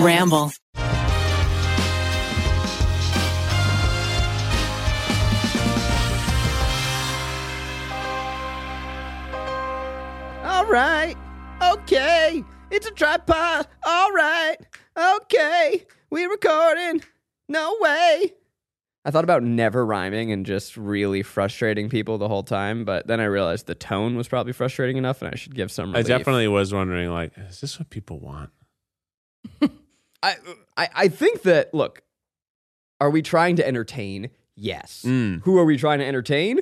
Ramble. All right. Okay. It's a tripod. All right. Okay. We recording. No way. I thought about never rhyming and just really frustrating people the whole time, but then I realized the tone was probably frustrating enough and I should give some I relief. definitely was wondering, like, is this what people want? I, I I think that look, are we trying to entertain? Yes. Mm. Who are we trying to entertain?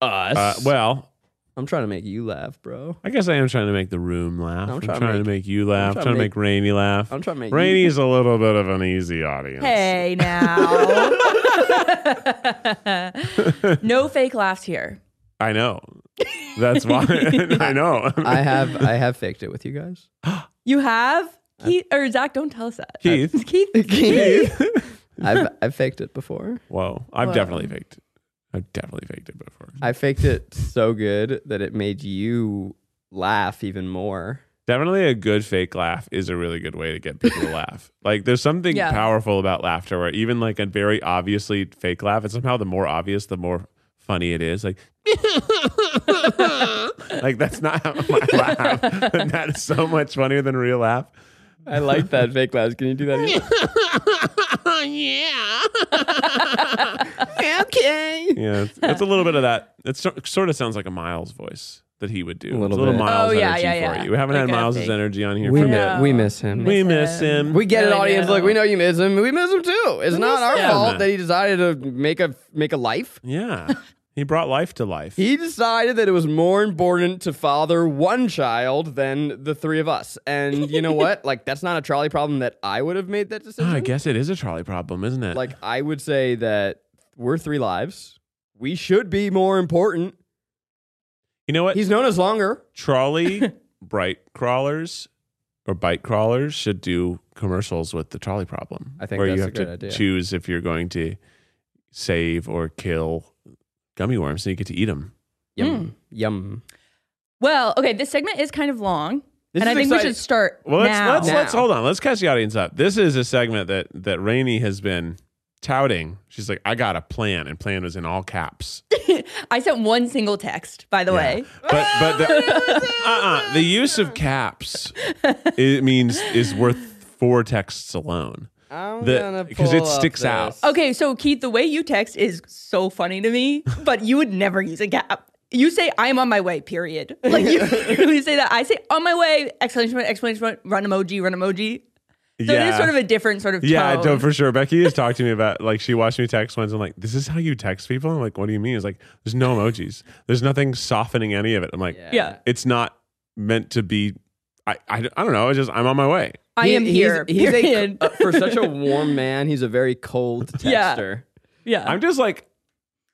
Us. Uh, well, I'm trying to make you laugh, bro. I guess I am trying to make the room laugh. I'm I'm, trying trying, to to make you laugh. trying trying, to to make- make, Rainy laugh. I'm trying to make you- Rainy's a little bit of an easy audience. Hey now. no fake laughs here. I know. That's why I know. I have I have faked it with you guys. You have Keith or Zach, don't tell us that. Keith. Keith. I've I've faked it before. Whoa. I've Whoa. definitely faked. I've definitely faked it before. I faked it so good that it made you laugh even more. Definitely a good fake laugh is a really good way to get people to laugh. Like there's something Yeah. powerful about laughter where even like a very obviously fake laugh, and somehow the more obvious, the more funny it is. Like like that's not how I laugh. And that is so much funnier than a real laugh. I like that fake laugh. Can you do that? Again? Oh, yeah. okay. Yeah. It's, it's a little bit of that. It so, sort of sounds like a Miles voice that he would do. A It's A little little, bit. Miles Oh, yeah, energy yeah, yeah. for you. We haven't Like had a Miles' fake- energy on here We for a mi- bit. know. we miss him. We miss miss him. him. We get it, Yeah, I audience. know. Look, we know you miss him. We miss him too. It's not our him. fault that he decided to make a make a life. yeah. He brought life to life. He decided that it was more important to father one child than the three of us. And you know what? Like that's not a trolley problem that I would have made that Oh, decision. I guess it is a trolley problem, isn't it? like I would say that we're three lives. We should be more important. you know what? He's known us longer. trolley bright crawlers or bike crawlers should do commercials with the trolley problem. I think where that's you a have good to idea. choose if you're going to save or kill gummy worms, and you get to eat them. Hmm. Yum yum. Well, okay, this segment is kind of long. This and I is think we exciting. should start Well, let's now. let's, let's Now. hold on. Let's catch the audience up. This is a segment that that Rainey has been touting. She's like, I got a plan, and plan was in all caps. I sent one single text, by the way. But but the, uh-uh, the use of caps it means is worth four texts alone. I'm The- gonna 'cause it pull up sticks out. this. Okay, so Keith, the way you text is so funny to me, but you would never use a gap. You say I'm on my way, period. Like you literally say that. I say on my way, exclamation point, exclamation point, run emoji, run emoji. So it is sort of a different sort of Yeah, tone. no, for sure. Becky has talked to me about like she watched me text once. and like, this is how you text people. I'm like, what do you mean? It's like, there's no emojis. There's nothing softening any of it. I'm like, yeah. it's not meant to be. I, I, I don't know. It's just I'm on my way. I He- am here. He's, he's a, period. uh, for such a warm man, he's a very cold Yeah. texter. yeah. I'm just like,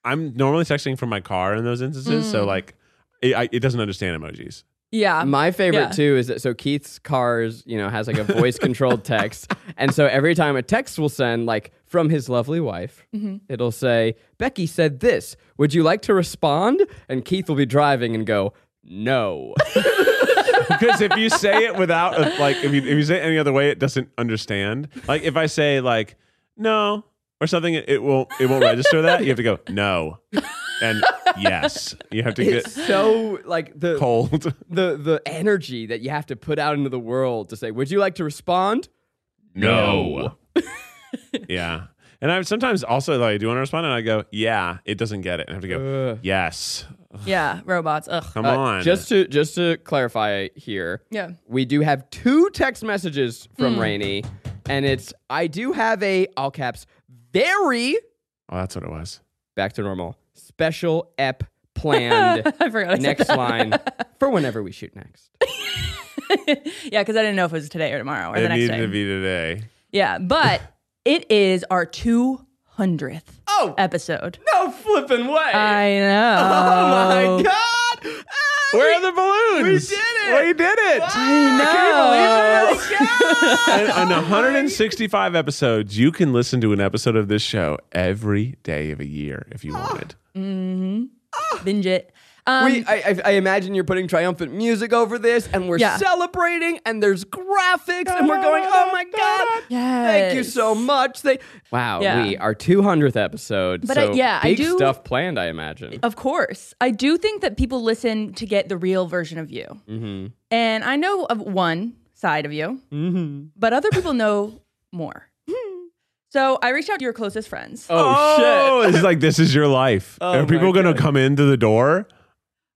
I'm normally texting from my car in those instances. Hmm. So like, it, I, it doesn't understand emojis. yeah. My favorite Uh, Yeah. too is that so Keith's cars, you know, has like a voice controlled text. And so every time a text will send, like from his lovely wife, Mm-hmm. it'll say, Becky said this. Would you like to respond? And Keith will be driving and go, No. Because if you say it without a, like, if you if you say it any other way, it doesn't understand. Like if I say like no or something, it, it won't it won't register that. You have to go no and yes. You have to get it's so like the cold. the the energy that you have to put out into the world to say, Would you like to respond? No. yeah. And I sometimes also like, do you want to respond? And I go, yeah. It doesn't get it. And I have to go, Ugh. yes. yeah. Robots. Ugh. Come Uh, on. Just to just to clarify here, Yeah. we do have two text messages from Rainey, and it's I do have a all caps very oh, that's what it was. back to normal special ep planned I forgot. I said next that. line for whenever we shoot next. yeah, because I didn't know if it was today or tomorrow or it the next needed day. to be today. yeah, but it is our 200th Oh episode. no, flipping way! I know. oh my god! Ah, Where are the balloons? we did it! We did it. Ah! I know. Oh. And on 165 episodes, you can listen to an episode of this show every day of a year if you wanted. Binge it. Um, we, I, I, I imagine you're putting triumphant music over this, and we're Yeah. celebrating, and there's graphics, and we're going, oh my god, thank you Yes. so much. They, wow, Yeah. we our 200th episode. But I- so yeah, I big do- stuff planned. I imagine. Of course. I do think that people listen to get the real version of you. Mm-hmm. And I know of one side of you, Mm-hmm. but other people know more. so I reached out to your closest friends. Oh, oh, shit! It's like this is your life. Are my people going to come into the door?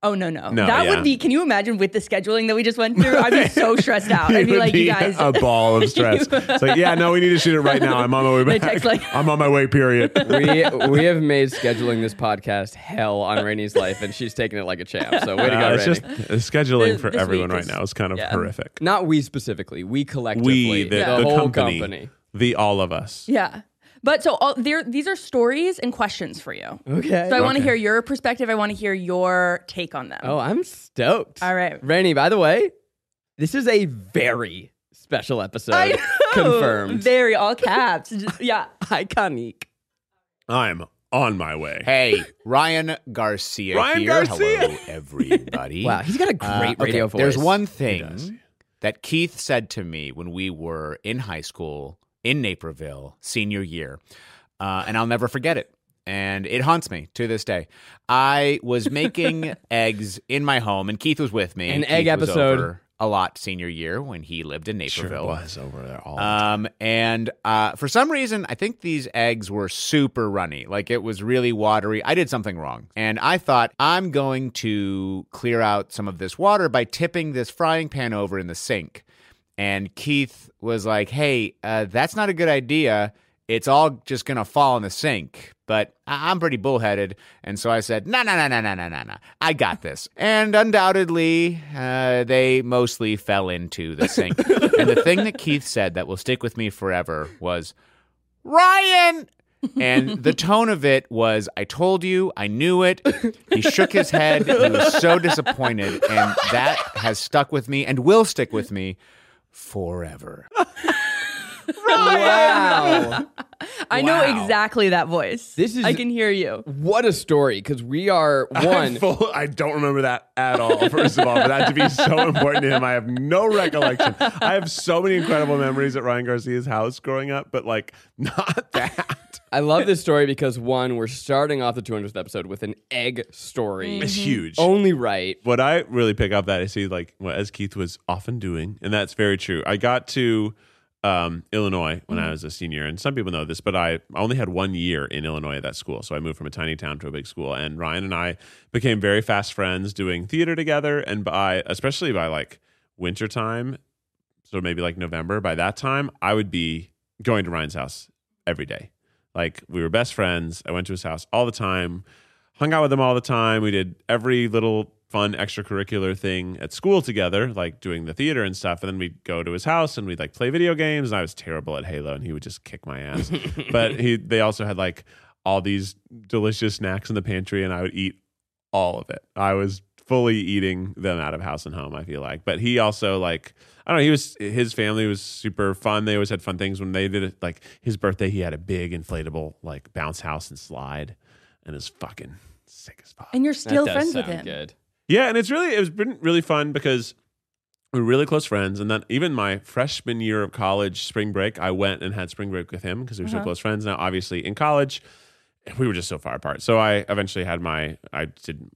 Oh, no, no. No, that yeah. would be, can you imagine with the scheduling that we just went through? I'd be so stressed out. I'd It be would Oh, like, you guys. a ball of stress. it's like, yeah, no, we need to shoot it right now. I'm on my way They back. text like- I'm on my way. Period. we we have made scheduling this podcast hell on Rainey's life, and she's taking it like a champ. So way to go, Uh, Rainey. it's just uh, scheduling This- for this everyone week right is- now is kind of yeah. Mm-hmm. horrific. Not we specifically, we collectively, We, the, the, the whole company, the all of us. yeah. But so all, there, these are stories and questions for you. Okay. So I want to Okay. hear your perspective. I want to hear your take on them. Oh, I'm stoked. All right. Rainey, by the way, this is a very special episode. I know. Confirmed. Very all caps. Just- yeah. Iconic. I'm on my way. Hey, Ryan Garcia Ryan here. Garcia. Hello, everybody. Wow, he's got a great Uh, okay, radio voice. There's one does. thing that Keith said to me when we were in high school in Naperville, senior year, uh, and I'll never forget it. And it haunts me to this day. I was making eggs in my home, and Keith was with me. An and egg Keith was episode. over a lot senior year when he lived in Sure Naperville. was over there all Uh, Um, and uh, for some reason, I think these eggs were super runny. Like it was really watery. I did something wrong. And I thought, I'm going to clear out some of this water by tipping this frying pan over in the sink. And Keith was like, hey, uh, that's not a good idea. It's all just going to fall in the sink. But I- I'm pretty bullheaded. And so I said, no, no, no, no, no, no, no, no. I got this. And undoubtedly, uh, they mostly fell into the sink. and the thing that Keith said that will stick with me forever was, Ryan! And the tone of it was, I told you, I knew it. He shook his head. He was so disappointed. And that has stuck with me and will stick with me forever. Wow. I know Wow. exactly that voice. This is- I can hear you. what a story, because we are I'm one. full- I don't remember that at all. First of all, for that to be so important to him, I have no recollection. I have so many incredible memories at Ryan Garcia's house growing up, but like not that. I love this story because one, we're starting off the 200th episode with an egg story. Mm. It's huge. Oh, Only right. What I really pick up that I see, like what as Keith was often doing, and that's very true. I got to um, Illinois when I was a senior, and some people know this, but I only had one year in Illinois at that school, so I moved from a tiny town to a big school. And Ryan and I became very fast friends, doing theater together, and by especially by like wintertime, so maybe like November. By that time, I would be going to Ryan's house every day. Like we were best friends. I went to his house all the time, hung out with him all the time. We did every little fun extracurricular thing at school together, like doing the theater and stuff. And then we'd go to his house and we'd like play video games. And I was terrible at Halo, and he would just kick my ass. but he, they also had like all these delicious snacks in the pantry, and I would eat all of it. I was fully eating them out of house and home, I feel like. But he also like I don't know, he was his family was super fun. They always had fun things when they did it like his birthday, he had a big inflatable like bounce house and slide and it was fucking sick as fuck. And you're still That does friends with sound him. Mm-hmm. Good. Yeah, and it's really it was been really fun because we were really close friends. And then even my freshman year of college, spring break, I went and had spring break with him because we were so close friends. Now, obviously, in college, we were just so far apart. So I eventually had my I did.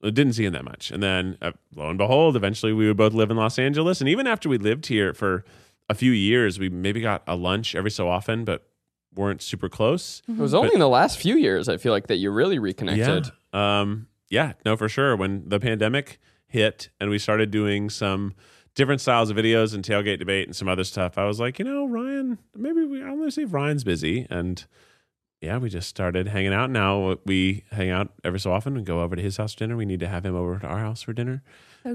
I Didn't see him that much, and then uh, lo and behold, eventually we would both live in Los Angeles. And even after we lived here for a few years, we maybe got a lunch every so often, but weren't super close. It was only in the last few years, I feel like, that you really reconnected. Yeah. Um, yeah, no, for sure. When the pandemic hit and we started doing some different styles of videos and tailgate debate and some other stuff, I was like, you know, Ryan, maybe we, I'm going to see if Ryan's busy. And yeah, we just started hanging out. Now we hang out every so often and go over to his house for dinner. We need to have him over to our house for dinner.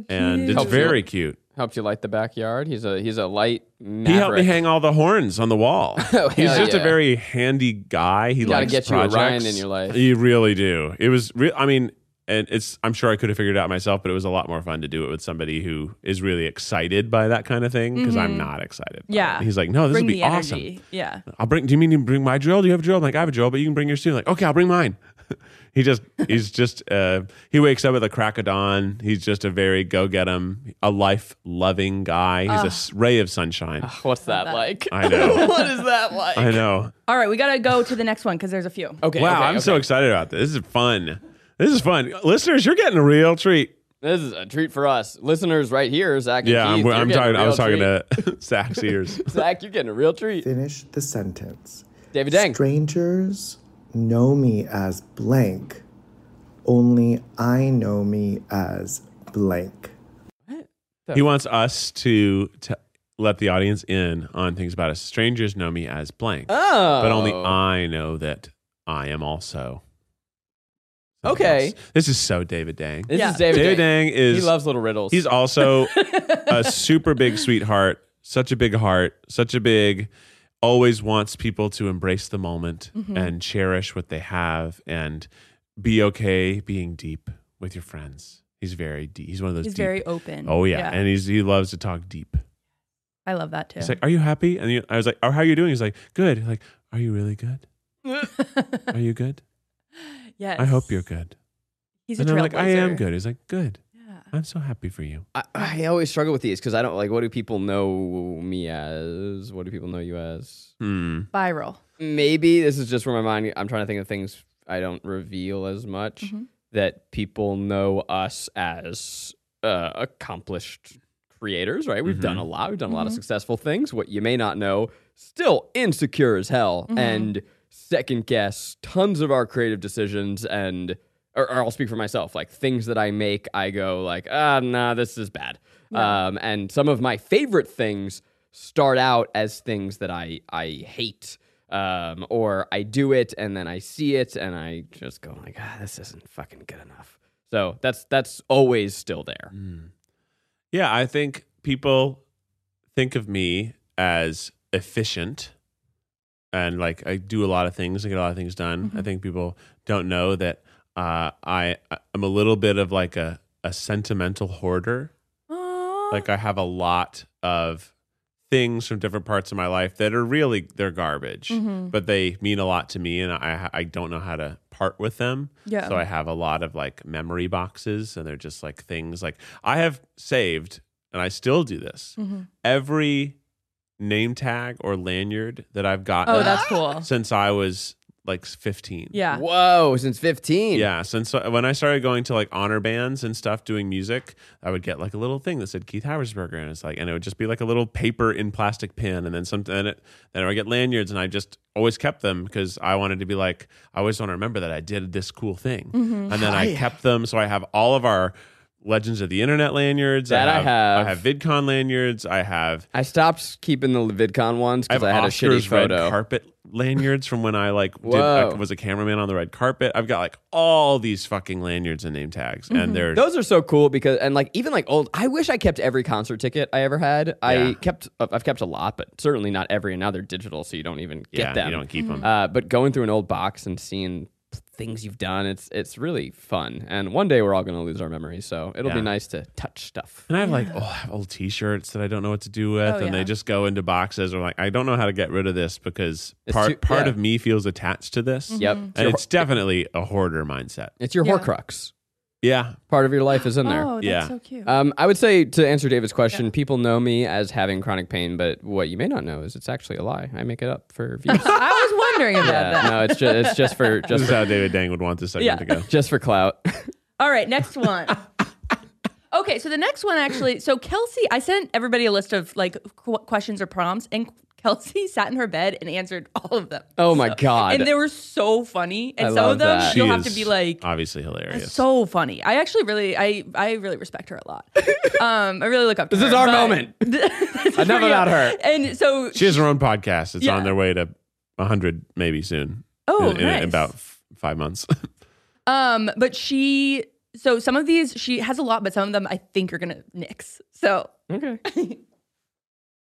And it's Helps you. very cute. Helped you light the backyard. He's a he's a light maverick. He helped me hang all the horns on the wall. Oh, He's hell just a yeah. very handy guy. He gotta likes get you a projects. Ryan in your life. You really do. It was real. I mean, and it's. I'm sure I could have figured it out myself, but it was a lot more fun to do it with somebody who is really excited by that kind of thing because I'm not excited. Mm-hmm. by Yeah. it. He's like, no, this Bring would be the awesome. energy. Yeah. I'll bring. Do you mean you bring my drill? Do you have a drill? I'm like, I have a drill, but you can bring yours too. Like, okay, I'll bring mine. He just he's just uh, he wakes up at the crack of dawn. He's just a very go get him, a life loving guy. He's a s- ray of sunshine. What's that, like? I know. what is that like? I know. All right, we gotta go to the next one because there's a few. Okay. wow, okay, I'm so okay. excited about this. This is fun. This is fun, listeners. You're getting a real treat. This is a treat for us listeners right here, Zach. And Yeah, Keith, I'm, you're I'm getting a talking. I real was talking treat. to Zach's ears. Zach. You're getting a real treat. Finish the sentence. David Dang. Strangers know me as blank, only I know me as blank. He wants us to, to let the audience in on things about us. Strangers know me as blank, Oh, but only I know that I am also. something Okay. else. This is so David Dang. This Yeah. is David, David Dang is He loves little riddles. He's also a super big sweetheart, such a big heart, such a big always wants people to embrace the moment Mm-hmm. and cherish what they have and be okay being deep with your friends. He's very deep. He's one of those He's deep- very open. Oh yeah. and he's he loves to talk deep. I love that too. He's like, "Are you happy?" And you, I was like, "Oh, how are you doing?" He's like, "Good." like, "Are you really good? Are you good? yes. I hope you're good." He's and a I'm like, "I am trailblazer. good." He's like, "Good. Yeah. I'm so happy for you." I, I always struggle with these because I don't like. What do people know me as? What do people know you as? Hmm. Viral. Maybe this is just where my mind. I'm trying to think of things I don't reveal as much that people know us as uh, accomplished creators. Right? We've done a lot. We've done a lot of successful things. What you may not know, still insecure as hell and second guess tons of our creative decisions and. Or, or I'll speak for myself. Like things that I make, I go like, ah, nah, this is bad. Um, and some of my favorite things start out as things that I I hate, um, or I do it and then I see it and I just go like, ah, this isn't fucking good enough. So that's that's always still there. Mm-hmm. Yeah, I think people think of me as efficient and like I do a lot of things, I get a lot of things done. I think people don't know that uh, I I'm a little bit of like a a sentimental hoarder. Like I have a lot of things from different parts of my life that are really they're garbage, Mm-hmm. but they mean a lot to me, and I I don't know how to part with them. Yeah. So I have a lot of like memory boxes, and they're just like things like I have saved, and I still do this Mm-hmm. every name tag or lanyard that I've gotten Oh, that's cool. since I was like 15. Yeah. Whoa, since fifteen. Yeah, since I- when I started going to like honor bands and stuff doing music, I would get like a little thing that said Keith Habersberger, and it's like, and it would just be like a little paper in plastic pen, and then something, and it, then I would get lanyards, and I just always kept them because I wanted to be like, I always want to remember that I did this cool thing, and then I kept them, so I have all of our Legends of the Internet lanyards That I have. I have VidCon lanyards, I have I stopped keeping the VidCon ones I have because I, had a Oscars shitty photo. red carpet lanyards from when I like did, I Whoa. was a cameraman on the red carpet. I've got like all these fucking lanyards and name tags, and they're Those are so cool because and like even like old. I wish I kept every concert ticket I ever had. Yeah. I kept I've kept a lot, but certainly not every. And now they're digital, so you don't even yeah, get them. you don't keep them. Uh, but going through an old box and seeing things you've done, it's it's really fun. And one day we're all going to lose our memories, so it'll Yeah. be nice to touch stuff. and I have like oh, I have old T-shirts that I don't know what to do with, Oh, and they yeah. just go into boxes. Or like I don't know how to get rid of this because It's part too- part yeah. of me feels attached to this. Yep, it's and your, it's definitely a hoarder mindset. it's your Yeah. Horcrux. Yeah, Part of your life is in there. Oh, that's Yeah. so cute. Um, I would say to answer David's question, people know me as having chronic pain, but what you may not know is it's actually a lie. I make it up for views. I was wondering about yeah, that. no, it's just it's just for this just is for, how David Dang would want this segment Yeah. to go. just for clout. All right, next one. okay, so the next one actually. So Kelsey, I sent everybody a list of like qu- questions or prompts, and Kelsey sat in her bed and answered all of them. Oh my god! and they were so funny. And I some of love them that. you'll She have to is be like, obviously hilarious. so funny. I actually really, I, I really respect her a lot. um, I really look up to This her. is our but- moment. This is Enough for you. about her. And so She has her own podcast. It's Yeah. on their way to 100 maybe soon. Oh, in, in nice. about f- five months. Um, but she so some of these she has a lot, but some of them I think you're gonna nix. So okay.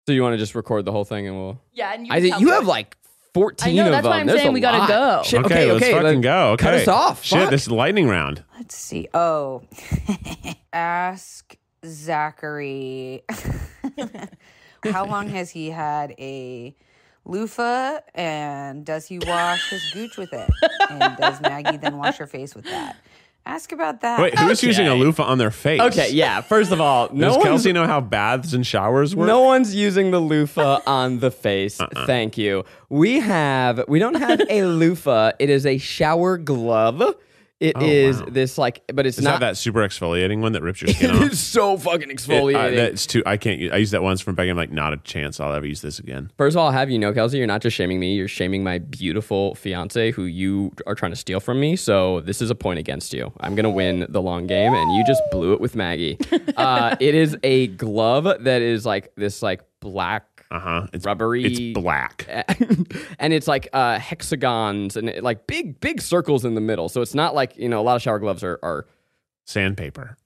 so you want to just record the whole thing and we'll. yeah, and you I think you have like fourteen. I know, of that's why them. I'm There's saying a we gotta lot. go. Shit, okay, okay, let's okay, fucking let- go. Okay, cut us off. Shit, Fuck. this is lightning round. Let's see. Oh, ask Zachary. How long has he had a loofah and does he wash his gooch with it? And does Maggie then wash her face with that? Ask about that. Wait, who's using a loofah on their face? Okay, yeah. First of all, no Does one's Kelsey know how baths and showers work? Uh-uh. No No. one's using the loofah on the face. Thank you. We have we don't have a loofah. It is a shower glove. It is this like, but it's Oh, Is not. that that super exfoliating one that rips your skin off? it's so fucking It- uh, exfoliating. I- that's too. I can't. Use, I used that once from Becky. I'm like, not a chance. I'll ever use this again. First of all, I'll have you know, Kelsey, you're not just shaming me. You're shaming my beautiful fiance, who you are trying to steal from me. So this is a point against you. I'm gonna win the long game, and you just blew it with Maggie. Uh, it is a glove that is like this, like black. Uh huh. It's Rubbery- It's black. and it's like uh, hexagons and it, like big, big circles in the middle. So it's not like you know a lot of shower gloves are are, Sandpaper.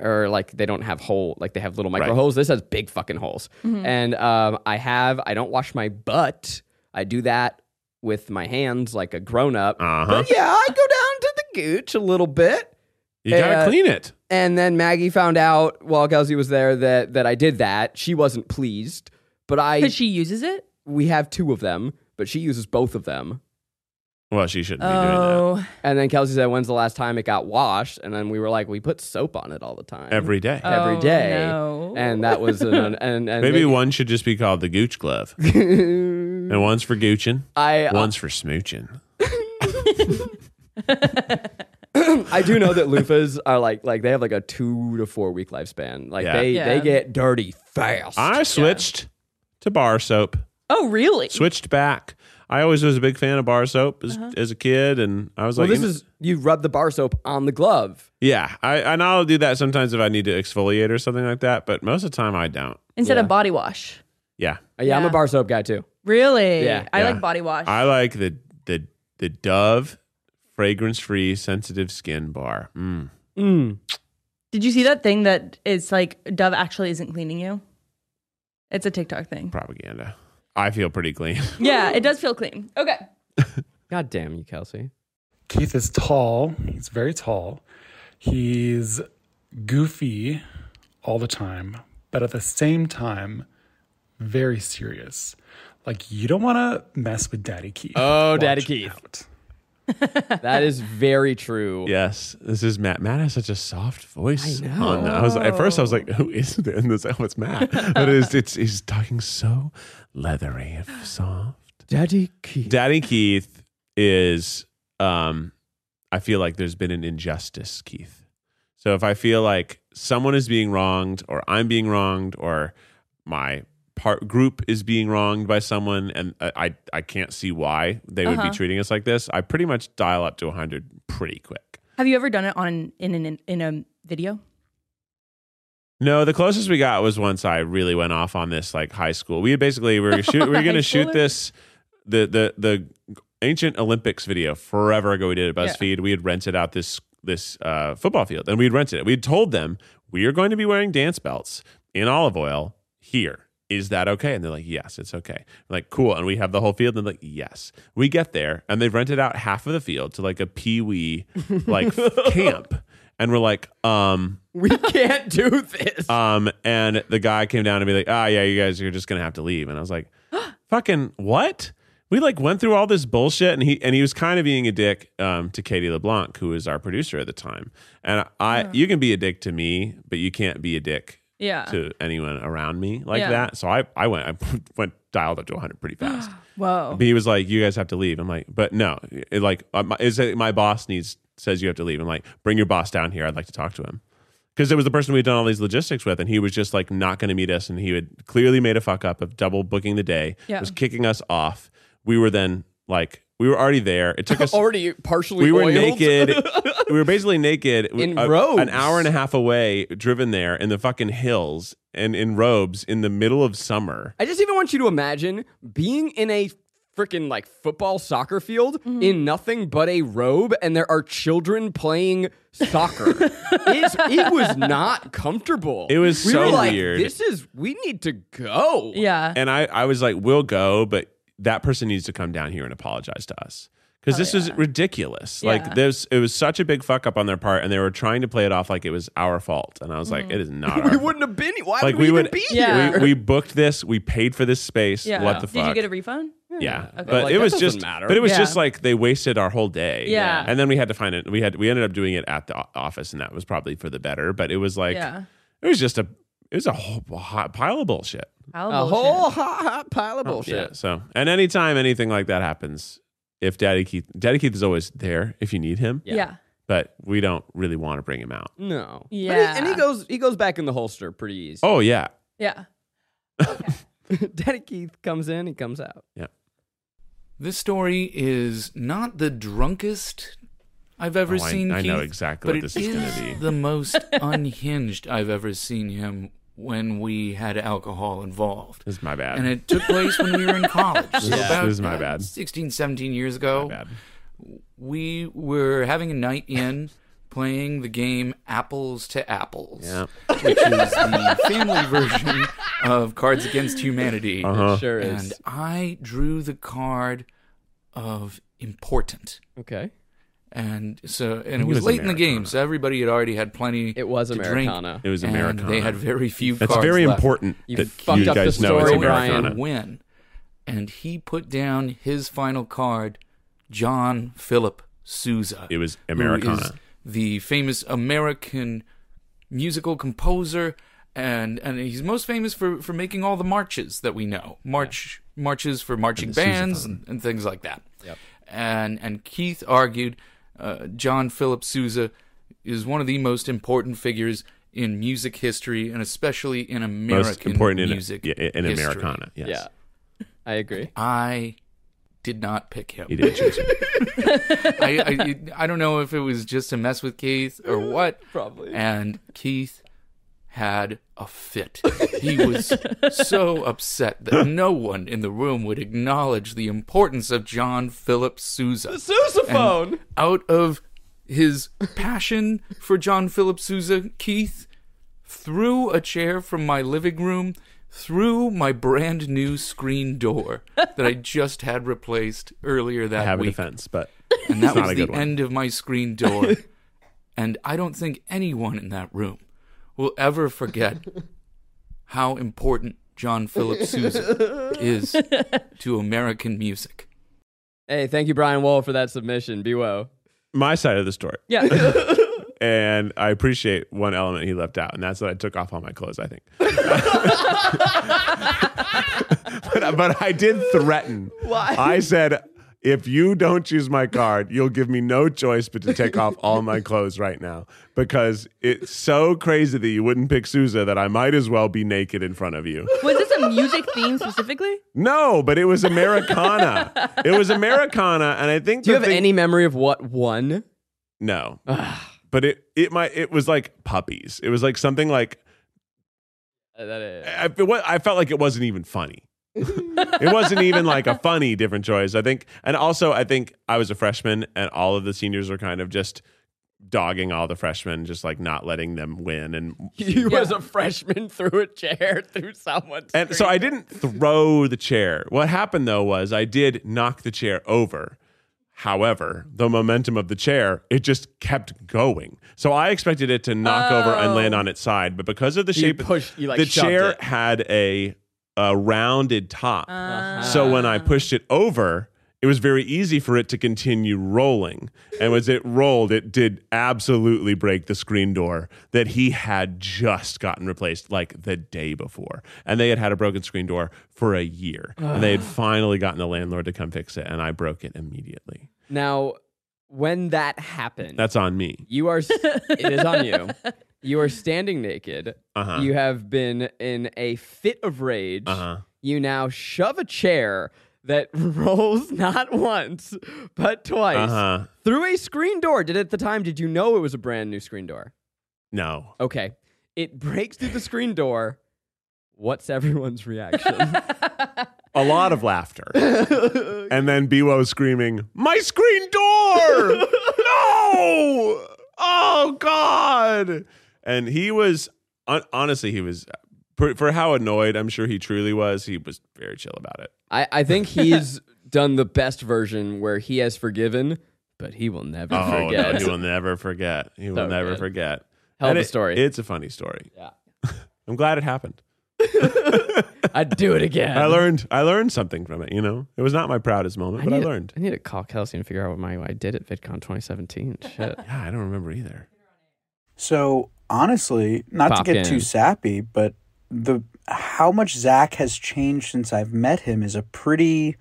are like they don't have hole like they have little micro Right. holes. This has big fucking holes. Mm-hmm. And um, I have I don't wash my butt. I do that with my hands like a grown up. Uh huh. But yeah, I go down to the gooch a little bit, You gotta Uh, Yeah. clean it. and And then Maggie found out while Kelsey was there that that I did that. She wasn't pleased, but I Because she uses it? we have two of them, but she uses both of them. Well, she shouldn't be doing Oh. And then Kelsey said, "When's the last time it got washed?" And then we were like, "We put soap on it all the time, that every day. every Oh, day." no. And that was an, an, and, and Maybe one should just be called the Gooch Glove, and one's for gooching, I um, one's for smooching. I do know that loofahs are like like they have like a two to four week lifespan. Like Yeah. they Yeah. they get dirty fast. I switched to bar soap. Oh, really? Switched back. I always was a big fan of bar soap as, as a kid, and I was well, like, this is you rub the bar soap on the glove. yeah. I and I'll do that sometimes if I need to exfoliate or something like that. But most of the time, I don't. Instead Yeah. of body wash. Yeah, Uh, yeah, I'm a Yeah. bar soap guy too. Really? Yeah, I yeah. like body wash. I like the the the Dove fragrance free sensitive skin bar. Mm. Mm. Did you see that thing that it's like Dove actually isn't cleaning you? It's a TikTok thing. Propaganda. I feel pretty clean. Yeah, it does feel clean. Okay. God damn you, Kelsey. Keith is tall. He's very tall. He's goofy all the time, but at the same time, very serious. Like, you don't want to mess with Daddy Keith. Oh, Daddy Watch Keith. out. That is very true. Yes, this is Matt. Matt has such a soft voice. I know. On that. I was at first I was like, who is it? And this oh, it's Matt. But it's it's he's talking so leathery and soft. Daddy Keith. Daddy Keith is um I feel like there's been an injustice, Keith. So if I feel like someone is being wronged or I'm being wronged or my part group is being wronged by someone and I I, I can't see why they would be treating us like this, I pretty much dial up to 100 pretty quick. Have you ever done it on in an in a video? No, the closest we got was once I really went off on this like high school. We had basically we were shoot, we were going to High shoot schooler? this the the the ancient Olympics video forever ago. We did it at BuzzFeed. We had rented out this this uh, football field and we'd rented it. We'd told them we are going to be wearing dance belts in olive oil here. Is that okay? And they're like, yes, it's okay. I'm like, cool. And we have the whole field. And they're like, yes. We get there and they've rented out half of the field to like a pee wee like camp. And we're like, um, We can't do this. um, and the guy came down and be like, "Ah, yeah, you guys are just gonna have to leave." And I was like, "Fucking what?" We like went through all this bullshit, and he and he was kind of being a dick um, to Katie LeBlanc, who was our producer at the time. And I, you can be a dick to me, but you can't be a dick Yeah. to anyone around me like Yeah. that. So I, I went, I went dialed up to 100 pretty fast. Whoa. But he was like, "You guys have to leave." I'm like, "But no, it, like uh, my, it's, uh, my boss needs says you have to leave." I'm like, "Bring your boss down here. I'd like to talk to him." Because it was the person we'd done all these logistics with, and he was just like not going to meet us, and he had clearly made a fuck up of double booking the day. Yeah. was kicking us off. We were then like, we were already there. It took us. Already partially we were oiled. naked. we were basically naked In a- robes. an hour and a half away, driven there in the fucking hills and in robes in the middle of summer. I just even want you to imagine being in a freaking like football soccer field Mm-hmm. in nothing but a robe and there are children playing soccer. it's, it was not comfortable. It was we so were like, weird. This is we need to go. Yeah. And I, I was like, we'll go, but that person needs to come down here and apologize to us. because this was ridiculous. Like Oh, Yeah. this, it was such a big fuck up on their part, and they were trying to play it off like it was our fault. And I was like, it is not. our we fault. wouldn't have e, been. Why would like we, we even would. be Mm-hmm. Yeah. here? here? We, we booked this. We paid for this space. Yeah. What the Did fuck? you get a refund? yeah, but, Like, it that was doesn't just. matter. But it was Yeah. just like they wasted our whole day. Yeah. and then we had to find it. We had we ended up doing it at the o- office, and that was probably for the better. But it was like yeah. it was just a it was a whole hot pile of bullshit. How A Oh, bullshit. whole hot, hot pile Oh, of bullshit. Yeah. So, and anytime anything like that happens, if Daddy Keith, Daddy Keith is always there if you need him, Yeah. Yeah. but we don't really want to bring him out. No. But he- Yeah. and he goes he goes back in the holster pretty easy. Oh yeah, Yeah. Daddy Keith comes in, he comes out. This story is not the drunkest I've ever Oh, I- seen. I know Keith, exactly but what this it is gonna be. The most unhinged I've ever seen him when we had alcohol involved. this is my bad. And it took place when we were in college. So This is- about this is my uh, bad. 16, 17 years ago. My bad. We were having a night in playing the game Apples to Apples, Yeah. which is the family version of Cards Against Humanity. Uh-huh. Sure is. And I drew the card of important. okay. And so, and it was, was late in the game, Americana. so everybody had already had plenty. It was to Americana. It was Drink, and Americana. they had very few. That's cards very left. important You that fucked you up the guys know it's story, Americana. And win, and he put down his final card, John Philip Sousa. It was who Americana. is the famous American musical composer, and and he's most famous for for making all the marches that we know, march marches for marching bands and, and things like that. And and Keith argued, uh, John Philip Sousa is one of the most important figures in music history, and especially in American Most important in, music yeah, in history. Americana. Yes. Yeah. I agree. I did not pick him. He did choose him. I, I I don't know if it was just to mess with Keith or what. Probably. And Keith had a fit. He was so upset that no one in the room would acknowledge the importance of John Philip Sousa. Sousaphone! And out of his passion for John Philip Sousa, Keith threw a chair from my living room through my brand new screen door that I just had replaced earlier that I have a week. defense, but And that It's not was a good the one. end of my screen door. and I don't think anyone in that room will ever forget how important John Philip Sousa is to American music. Hey, thank you, Brian Wall, for that submission. BWO. my side of the story. Yeah. and I appreciate one element he left out, and that's that I took off all my clothes. I think, but, but I did threaten. Why? I said, if you don't choose my card, you'll give me no choice but to take off all my clothes right now because it's so crazy that you wouldn't pick Sousa that I might as well be naked in front of you. was this a music theme specifically? No, but it was Americana. it was Americana, and I think Do you the have thing- any memory of what one? No. but it it might it was like puppies. It was like something like Uh, that is- I, it wa- I felt like it wasn't even funny. it wasn't even like a funny different choice. I think, and also I think I was a freshman, and all of the seniors were kind of just dogging all the freshmen, just like not letting them win. And You as a freshman threw a chair through someone's and so I didn't throw the chair. What happened though was I did knock the chair over. However, the momentum of the chair, it just kept going. So I expected it to knock over and land on its side, but because of the Oh. You shape, pushed- you, like, the shoved chair it. had a, a rounded top. So when I pushed it over, it was very easy for it to continue rolling. And as it rolled, it did absolutely break the screen door that he had just gotten replaced like the day before. And they had had a broken screen door for a year. And they had finally gotten the landlord to come fix it. And I broke it immediately. Now, when that happened, That's on me. you are. s- it is on you. You are standing naked. Uh-huh. You have been in a fit of rage. Uh-huh. You now shove a chair that rolls not once but twice Uh-huh. through a screen door. Did at the time? Did you know it was a brand new screen door? No. Okay. It breaks through the screen door. What's everyone's reaction? A lot of laughter. and then BWO screaming, My screen door! no! Oh, God! And he was, hon- honestly, he was, for, for how annoyed I'm sure he truly was, he was very chill about it. I, I think he's done the best version where he has forgiven, but he will never Oh, no, forget. he will never forget. He will So never good. forget. Hell of And a it- story. It's a funny story. Yeah. I'm glad it happened. I'd do it again. I learned. I learned something from it. You know, it was not my proudest moment, but I need- learned. I need to call Kelsey and figure out what my I did at VidCon 2017. Shit. Yeah, I don't remember either. So honestly, not Pop to get in. too sappy, but the how much Zach has changed since I've met him is a pretty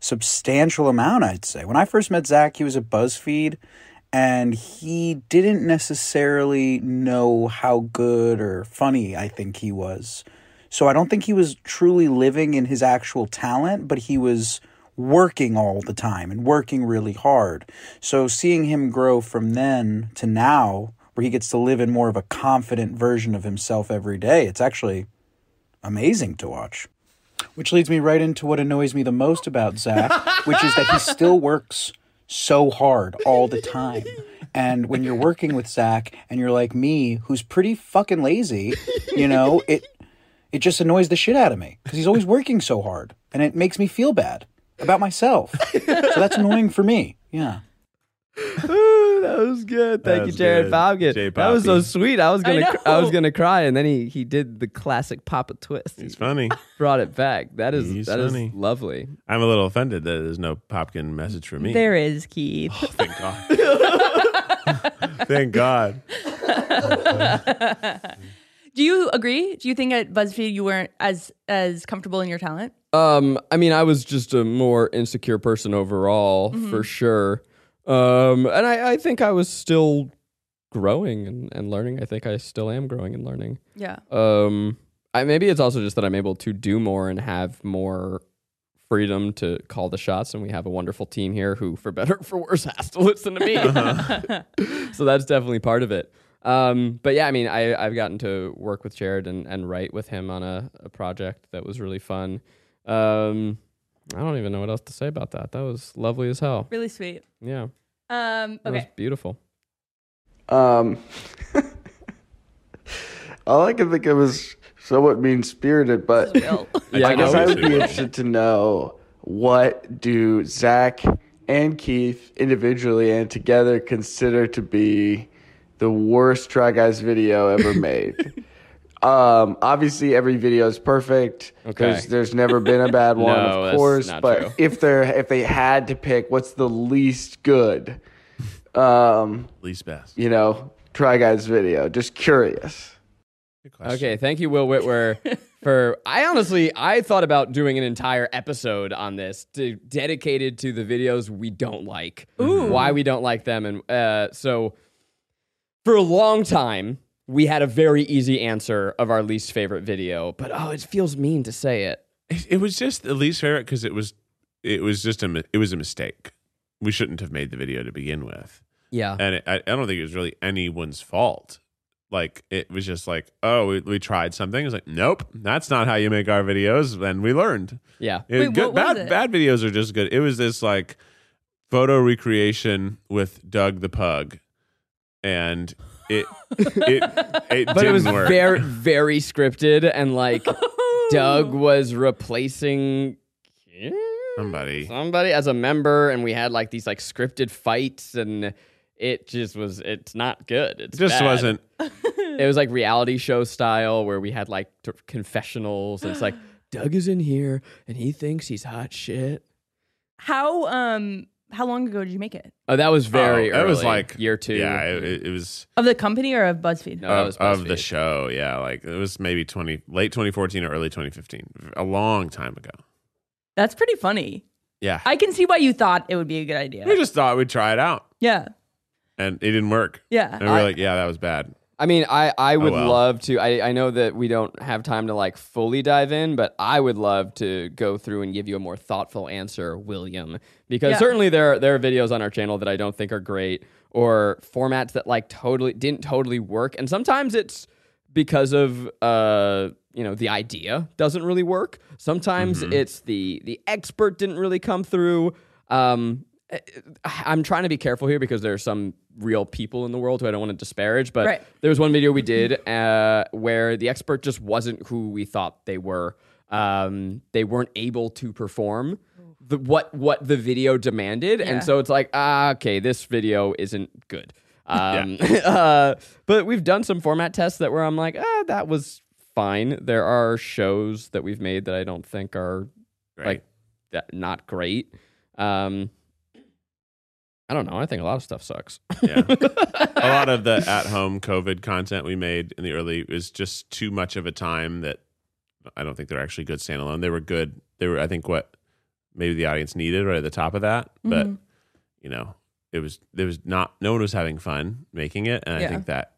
substantial amount, I'd say. When I first met Zach, he was at BuzzFeed and he didn't necessarily know how good or funny I think he was. So I don't think he was truly living in his actual talent, but he was working all the time and working really hard. So seeing him grow from then to now, oh, where he gets to live in more of a confident version of himself every day, it's actually amazing to watch. Which leads me right into what annoys me the most about Zach, which is that he still works so hard all the time. And when you're working with Zach and you're like me, who's pretty fucking lazy, you know, it it just annoys the shit out of me because he's always working so hard and it makes me feel bad about myself. so that's annoying for me. Yeah. Ooh, that was good. Thank That you, was Jared good. Jay Fobkin. That was so Poppy. sweet. I was I gonna, cr- I was know. gonna cry, and then he he did the classic Papa twist. He It's funny. brought it back. That is He's that is funny. lovely. I'm a little offended that there's no Popkin message for me. There is Keith. Oh, thank God. thank God. Do you agree? Do you think at BuzzFeed you weren't as as comfortable in your talent? Um, I mean, I was just a more insecure person overall, for sure. Um, and I, I think I was still growing and, and learning. I think I still am growing and learning. Yeah. Um, I maybe it's also just that I'm able to do more and have more freedom to call the shots, and we have a wonderful team here who, for better or for worse, has to listen to me. so that's definitely part of it. Um, but yeah, I mean, I, I've gotten to work with Jared and, and write with him on a, a project that was really fun. Um, I don't even know what else to say about that. That was lovely as hell. Really sweet. Yeah, Um, that was okay. beautiful. Um, all I can think of is somewhat mean spirited, but Will. Yeah, I I guess know. I would be Well. interested to know what do Zach and Keith individually and together consider to be the worst Try Guys video ever made. um, obviously, every video is perfect. Okay. There's, there's never been a bad one, No, of that's course. not but true. if they're if they had to pick, what's the least good? Um, Least best. you know, Try Guys video. Just curious. Good question. Okay, thank you, Will Whitwer, for I honestly I thought about doing an entire episode on this to, dedicated to the videos we don't like, why we don't like them, and uh, so for a long time we had a very easy answer of our least favorite video, but oh, it feels mean to say it. It, it was just the least favorite because it was it was just a mi- it was a mistake. We shouldn't have made the video to begin with, Yeah, and it, I, I don't think it was really anyone's fault. Like it was just like, oh, we, we tried something. It's like, nope, that's not how you make our videos. And we learned. yeah. It- Wait, what good- was bad it? bad videos are just good. It was this like photo recreation with Doug the pug, and it it it But it didn't was work. very, very scripted, and like Doug was replacing Somebody. somebody as a member and we had like these like scripted fights and it just was it's not good it's It just bad. wasn't. oh, it was like reality show style where we had like t- confessionals and it's like doug is in here and he thinks he's hot shit How um how long ago did you make it? oh that was very oh, It was early, like year two Yeah, it, it- it was Of the company or of BuzzFeed? no, that of, was of the BuzzFeed. show. Yeah, like it was maybe twenty late twenty fourteen or early twenty fifteen, a long time ago. That's pretty funny. Yeah, I can see why you thought it would be a good idea. we just thought we'd try it out, Yeah. and it didn't work. Yeah. Uh, and we were I- like, yeah, that was bad. I mean, I, I would well. love to. I, I know that we don't have time to like fully dive in, but I would love to go through and give you a more thoughtful answer, William, because Yeah. certainly there are, there are videos on our channel that I don't think are great or formats that like totally didn't totally work, and sometimes it's because of uh you know the idea doesn't really work. Sometimes it's the the expert didn't really come through. Um, I'm trying to be careful here because there are some real people in the world who I don't want to disparage, but Right. there was one video we did uh, where the expert just wasn't who we thought they were. Um, they weren't able to perform. the, what what the video demanded, Yeah. and so it's like, ah, okay, this video isn't good. Um, uh, but we've done some format tests that where I'm like, ah, that was fine. There are shows that we've made that I don't think are like that, not great. Um, I don't know. I think a lot of stuff sucks. Yeah. a lot of the at home COVID content we made in the early was just too much of a time that I don't think they're actually good standalone. They were good. They were, I think, what maybe the audience needed right at the top of that. But, Mm-hmm. you know, it was, there was not, no one was having fun making it. And Yeah. I think that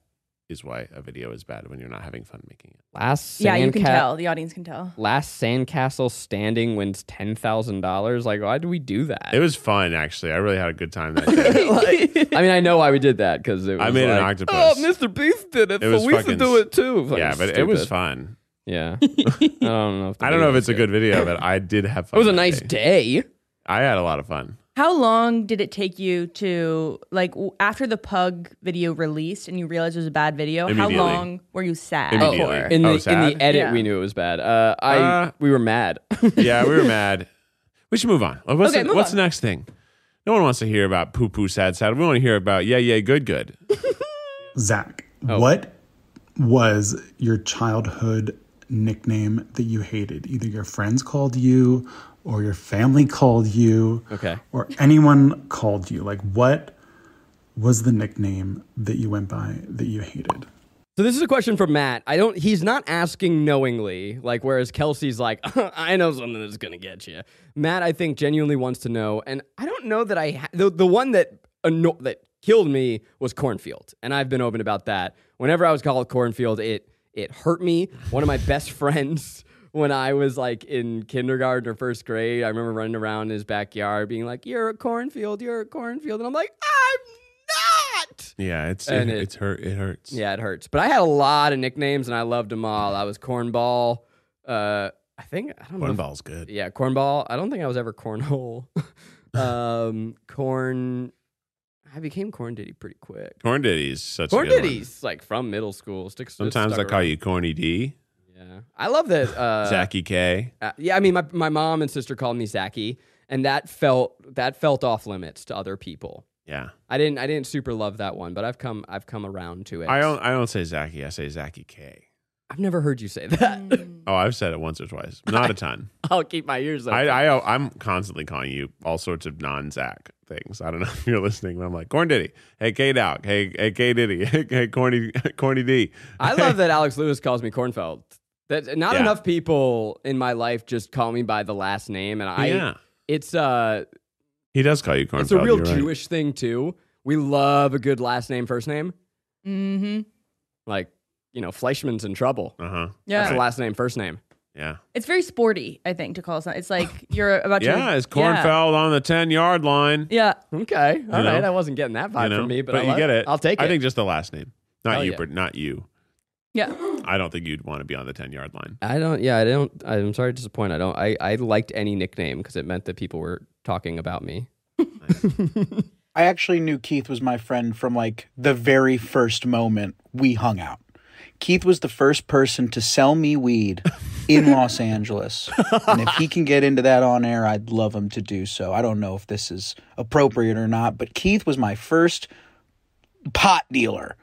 is why a video is bad when you're not having fun making it. Last yeah, you can Sandca- tell. The audience can tell. Last sandcastle standing wins ten thousand dollars. Like, why do we do that? It was fun, actually. I really had a good time that day. Like, I mean, I know why we did that because it was I made like, an octopus. Oh, Mr. Beast did it, It so was we fucking should do s- it too. Fucking yeah, but it was stupid. fun. Yeah, I don't know. If the I don't know if video it's a was good video, but I did have It fun. was a that nice day. day. I had a lot of fun. How long did it take you to like w- after the pug video released and you realized it was a bad video? How Immediately. long were you sad? Immediately. for? In I the was in sad. the edit, Yeah. we knew it was bad. Uh, I Uh, we were mad. Yeah, we were mad. We should move on. What's, Okay, the, move what's on. the next thing? No one wants to hear about poo poo sad sad. We want to hear about yeah yeah good good. Zach, what was your childhood nickname that you hated? Either your friends called you, or your family called you, okay. or anyone called you. Like, what was the nickname that you went by that you hated? So this is a question from Matt. I don't. He's not asking knowingly. Like whereas Kelsey's like, I know something that's gonna get you. Matt, I think genuinely wants to know, and I don't know that I ha- the the one that anno- that killed me was cornfield, and I've been open about that. Whenever I was called cornfield, it it hurt me. One of my best friends. When I was like in kindergarten or first grade, I remember running around in his backyard being like, You're a cornfield, you're a cornfield. And I'm like, I'm not. Yeah, it's And it, it- it's hurt it hurts. Yeah, it hurts. But I had a lot of nicknames and I loved them all. I was Cornball. Uh, I think I don't know. if- cornball's good. yeah, Cornball. I don't think I was ever Cornhole. um, corn. I became Corn Diddy pretty quick. Corn ditties such Corn a good one. Diddy's like from middle school. Sticks. Sometimes I stuck call around. you Corny D, Yeah, I love that. Uh, Zacky K. uh, yeah, I mean, my my mom and sister called me Zachy, and that felt that felt off limits to other people. Yeah, I didn't I didn't super love that one, but I've come I've come around to it. I don't I don't say Zacky. I say Zacky K. I've never heard you say Mm. that. Oh, I've said it once or twice. Not a ton. I'll keep my ears open. I, I I'm constantly calling you all sorts of non Zach things. I don't know if you're listening, but I'm like Corn Diddy. Hey K Doc. Hey hey K Diddy. Hey, hey Corny Corny D. I love that Alex Lewis calls me Cornfeld. That not Yeah. enough people in my life just call me by the last name, and I yeah, it's uh he does call you Cornfeld. it's a real you're right. Jewish thing too. We love a good last name first name. Mm-hmm. Like you know, Fleischman's in trouble. Uh huh. Yeah, That's a last name first name. Yeah. it's very sporty. I think to call something. It's like you're about to. Yeah. It's Cornfeld on the ten yard line. Yeah. Okay, all right. know? I wasn't getting that vibe you know? from me, but, I you love- get it. I'll take it. I think just the last name, not Hell you, yeah. but not you. Yeah. I don't think you'd want to be on the ten yard line. I don't. Yeah, I don't. I'm sorry to disappoint. I don't. I I liked any nickname because it meant that people were talking about me. I actually knew Keith was my friend from like the very first moment we hung out. Keith was the first person to sell me weed in Los Angeles. And if he can get into that on air, I'd love him to do so. I don't know if this is appropriate or not, but Keith was my first pot dealer.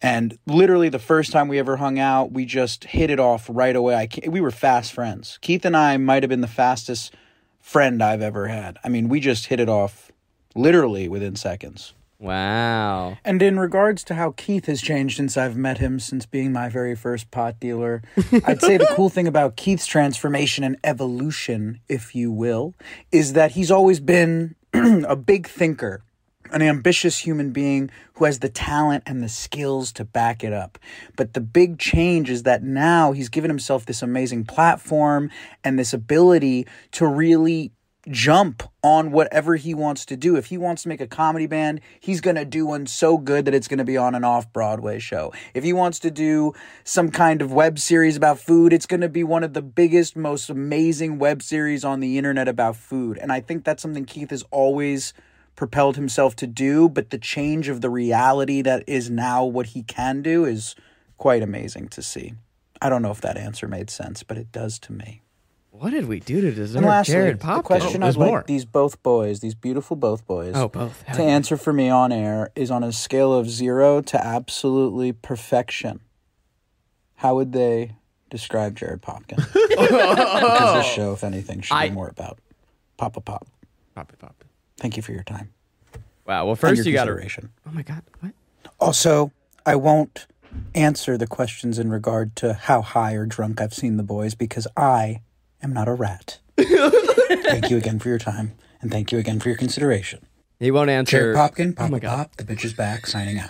And literally the first time we ever hung out, we just hit it off right away. I ca- we were fast friends. Keith and I might have been the fastest friend I've ever had. I mean, we just hit it off literally within seconds. Wow. And in regards to how Keith has changed since I've met him since being my very first pot dealer, I'd say the cool thing about Keith's transformation and evolution, if you will, is that he's always been a big thinker, an ambitious human being who has the talent and the skills to back it up. But the big change is that now he's given himself this amazing platform and this ability to really jump on whatever he wants to do. If he wants to make a comedy band, he's going to do one so good that it's going to be on an off Broadway show. If he wants to do some kind of web series about food, it's going to be one of the biggest, most amazing web series on the internet about food. And I think that's something Keith has always propelled himself to do, but the change of the reality that is now what he can do is quite amazing to see. I don't know if that answer made sense, but it does to me. What did we do to deserve And lastly, Jared the Popkin? question I'd There's like more. these both boys, these beautiful both boys, Oh, both. to answer for me on air is on a scale of zero to absolutely perfection. How would they describe Jared Popkin? because this show, if anything, should Oh. I- be more about Papa Pop. Papa Pop. Thank you for your time. Wow. Well, and first your you got to. consideration. Oh my God. What? Also, I won't answer the questions in regard to how high or drunk I've seen the boys because I am not a rat. thank you again for your time, and thank you again for your consideration. He won't answer. Jared Popkin, Oh Papa my God. Pop, the bitch is back, signing out.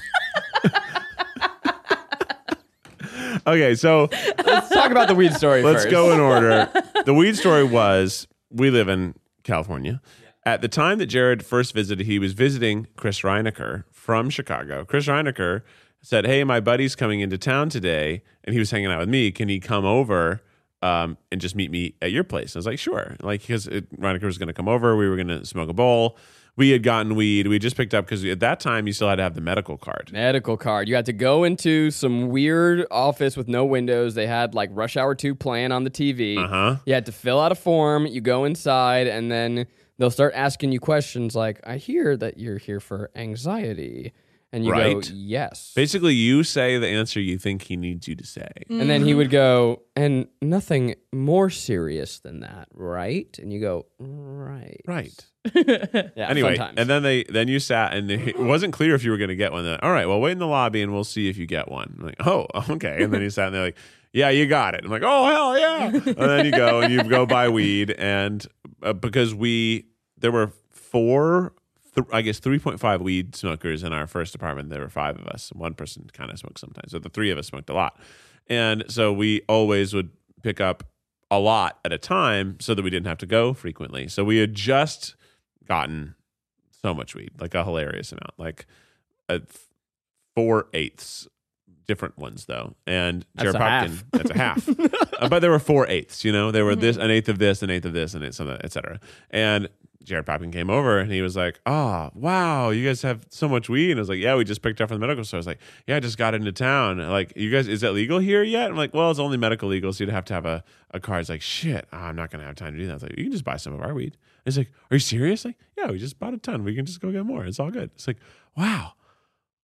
Okay, so Let's talk about the weed story Let's first. go in order. the weed story was we live in California. At the time that Jared first visited, he was visiting Chris Reinecker from Chicago. Chris Reinecker said, Hey, my buddy's coming into town today, and he was hanging out with me. Can he come over um, and just meet me at your place? I was like, Sure. Like, because Reinecker was going to come over. We were going to smoke a bowl. We had gotten weed. We just picked up because at that time, you still had to have the medical card. Medical card. You had to go into some weird office with no windows. They had like Rush Hour 2 playing on the TV. Uh huh. You had to fill out a form. You go inside, and then they'll start asking you questions like, I hear that you're here for anxiety. And you go, Right. yes. Basically, you say the answer you think he needs you to say. And then he would go, and nothing more serious than that, right? And you go, right. Right. Yeah, anyway, sometimes. and then they then you sat and they- it wasn't clear if you were going to get one. They're like, All right, well, wait in the lobby and we'll see if you get one. I'm like, oh, okay. And then you sat and they're like, yeah, you got it. I'm like, oh hell yeah. and then you go and you go buy weed and uh, because we there were four. Th- I guess 3.5 weed smokers in our first apartment. There were five of us. One person kind of smoked sometimes, so the three of us smoked a lot. And so we always would pick up a lot at a time so that we didn't have to go frequently. So we had just gotten so much weed, like a hilarious amount, like a f- four eighths different ones though. And That's Jared a Popkin, half. that's a half. Uh, but there were four eighths, you know, there were Mm-hmm. this, an eighth of this, an eighth of this, and it's something, et cetera. And Jared Popkin came over and he was like, Oh, wow, you guys have so much weed. And I was like, Yeah, we just picked up from the medical store. I was like, Yeah, I just got into town. Like, you guys, is that legal here yet? I'm like, Well, it's only medical legal, so you'd have to have a, a car. He's like, Shit, ah, I'm not going to have time to do that. I was like, You can just buy some of our weed. And he's like, Are you serious? Like, yeah, we just bought a ton. We can just go get more. It's all good. It's like, Wow,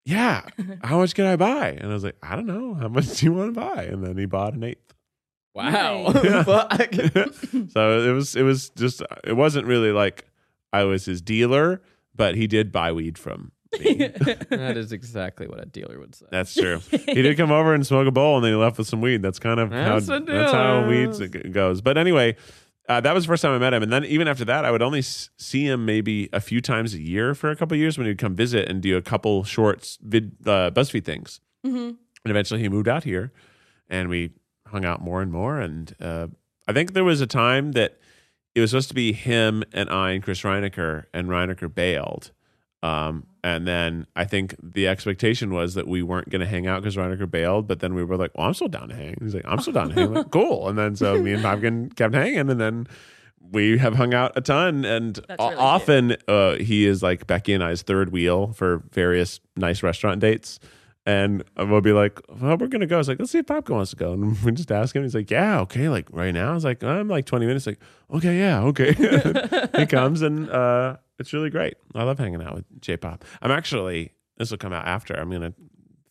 yeah, how much can I buy? And I was like, I don't know. How much do you want to buy? And then he bought an eighth. wow. Yeah. Fuck. so it was it was just it wasn't really like I was his dealer, but he did buy weed from me. that is exactly what a dealer would say. That's true. He did come over and smoke a bowl, and then he left with some weed. That's kind of That's how a that's how dealer. weeds it goes. But anyway, uh, that was the first time I met him, and then even after that, I would only s- see him maybe a few times a year for a couple of years when he'd come visit and do a couple shorts vid uh, BuzzFeed things. Mm-hmm. And eventually, he moved out here, and we hung out more and more. And uh, I think there was a time that it was supposed to be him and I and Chris Reinecker, and Reinecker bailed. Um, and then I think the expectation was that we weren't going to hang out because Reinecker bailed, but then we were like, well, I'm still down to hang. He's like, I'm still down to hang. I'm like, cool. And then so me and Popkin kept hanging, and then we have hung out a ton. And That's o- really often uh, he is like Becky and I's third wheel for various nice restaurant dates. And we'll be like, well, we're going to go. I was like, let's see if Popkin wants to go. And we just ask him. He's like, yeah, okay. Like right now. I was like, I'm like 20 minutes. Like, okay, yeah, okay. he comes and uh, it's really great. I love hanging out with J Pop. I'm actually, this will come out after. I'm going to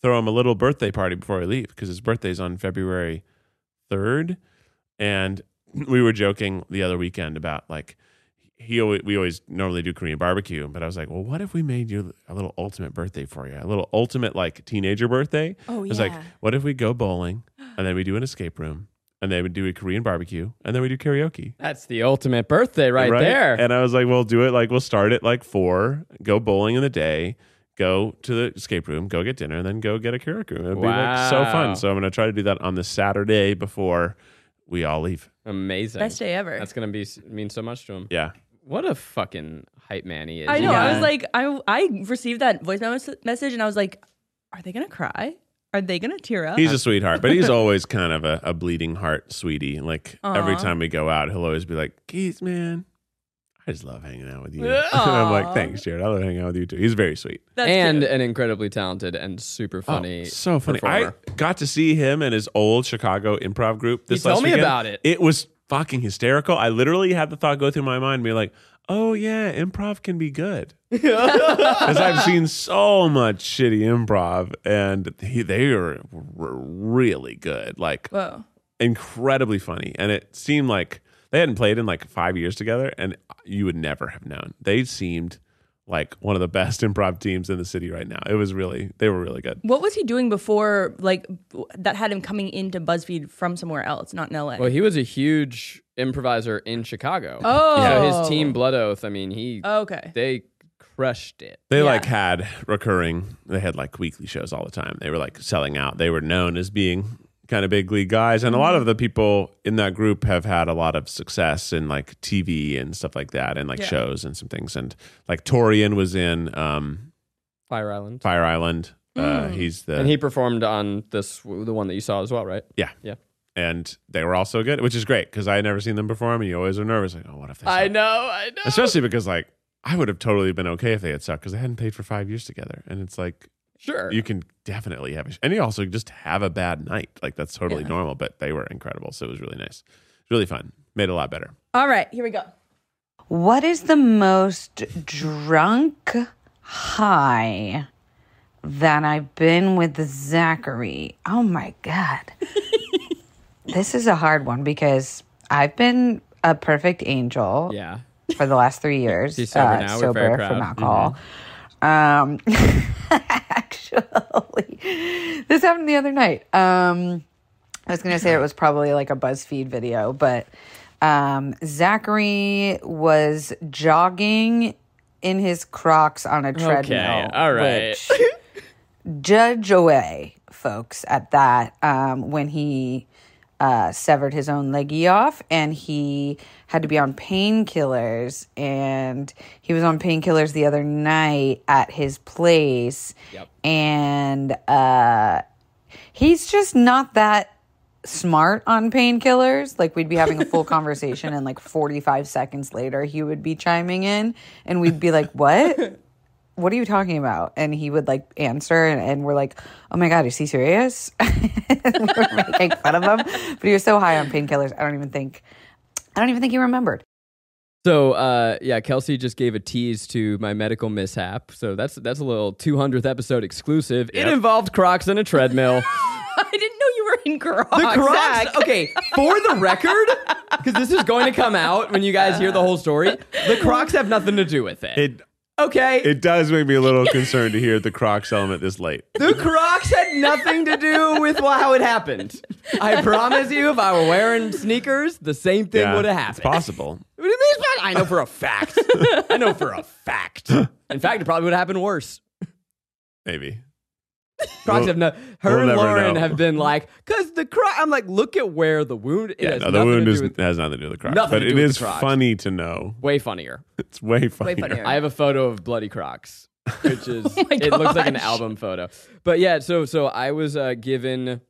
throw him a little birthday party before I leave because his birthday's on February 3rd. And we were joking the other weekend about like, he always, we always normally do Korean barbecue, but I was like, well, what if we made you a little ultimate birthday for you, a little ultimate like teenager birthday? Oh, I was like, yeah. what if we go bowling and then we do an escape room and then we do a Korean barbecue and then we do karaoke? That's the ultimate birthday right, there. And I was like, we'll do it like we'll start at like four, go bowling in the day, go to the escape room, go get dinner, and then go get a karaoke room. It'd be like so Wow. fun. So I'm gonna try to do that on the Saturday before we all leave. Amazing. Best day ever. That's gonna be mean so much to him. Yeah. What a fucking hype man he is. I know. I Yeah. was like, I I received that voice memo- message and I was like, are they gonna cry? Are they gonna tear up? He's a sweetheart, but he's always kind of a, a bleeding heart sweetie. Like every Aw. time we go out, he'll always be like, Keith, man, I just love hanging out with you. and I'm like, Aw. thanks, Jared. I love hanging out with you too. He's very sweet. That's and cute. an incredibly talented and super funny. Oh, so funny. Performer. I got to see him and his old Chicago improv group this told last me weekend. about it. It was fucking hysterical. I literally had the thought go through my mind, and be like, oh yeah, improv can be good. Because I've seen so much shitty improv, and he, they are r- really good, like Whoa. incredibly funny. And it seemed like they hadn't played in like five years together, and you would never have known. They seemed like one of the best improv teams in the city right now. It was really, they were really good. What was he doing before, like, w- that had him coming into BuzzFeed from somewhere else, not in LA? Well, he was a huge improviser in Chicago. Oh. So his team Blood Oath, I mean, he okay. they crushed it. They like had recurring. They had like weekly shows all the time. They were like selling out. They were known as being kind of big league guys, and a lot of the people in that group have had a lot of success in like TV and stuff like that, and like Yeah. shows and some things. And like Torian was in um, Fire Island. Fire Island. Uh, Mm. he's the And he performed on this the one that you saw as well, right? yeah Yeah. and they were also good, which is great because I had never seen them perform, and you always are nervous like, oh, what if they? suck? know, I know. Especially because like I would have totally been okay if they had sucked because they hadn't played for five years together, and it's like. Sure. you can definitely have a sh- and you also just have a bad night like that's totally Yeah. normal but they were incredible so it was really nice It was really fun made it a lot better All right, here we go. What is the most drunk high that I've been with Zachary? Oh my God. this is a hard one because I've been a perfect angel yeah. for the last three years. uh, He's sober now. We're Mm-hmm. very sober proud. from alcohol. Um, actually, this happened the other night. Um, I was gonna say it was probably like a BuzzFeed video, but um, Zachary was jogging in his Crocs on a treadmill. all right. which- judge away, folks, at that um, when he uh, severed his own leggy off and he had to be on painkillers. And he was on painkillers the other night at his place. And uh, he's just not that smart on painkillers. Like we'd be having a full conversation and like 45 seconds later he would be chiming in and we'd be like, "What? What are you talking about?" And he would like answer and, and we're like, "Oh my god, is he serious?" And we were making fun of him, but he was so high on painkillers. I don't even think I don't even think he remembered. So uh, yeah, Kelsey just gave a tease to my medical mishap. So that's that's a little 200th episode exclusive. It involved Crocs and a treadmill. I didn't know you were in Crocs. The Crocs. Zach. Okay, for the record, because this is going to come out when you guys hear the whole story. The Crocs have nothing to do with it. it okay. it does make me a little concerned to hear the crocs element this late the Crocs had nothing to do with wha- how it happened. I promise you, if I were wearing sneakers, the same thing Yeah, would have it's happened. possible What do you mean it's possible? I know for a fact. I know for a fact. In fact, it probably would have happened worse. maybe Crocs We'll- have no. Her we'll and never Lauren know. have been like, because the Croc. I'm like, look at where the wound. It yeah has no, the nothing wound to do is, with- has nothing to do with the crocs Nothing but to do it with the is Crocs. funny to know way funnier. it's way funnier, funnier. I have a photo of bloody Crocs, which is Oh it looks like an gosh. album photo. But yeah, so so I was uh, given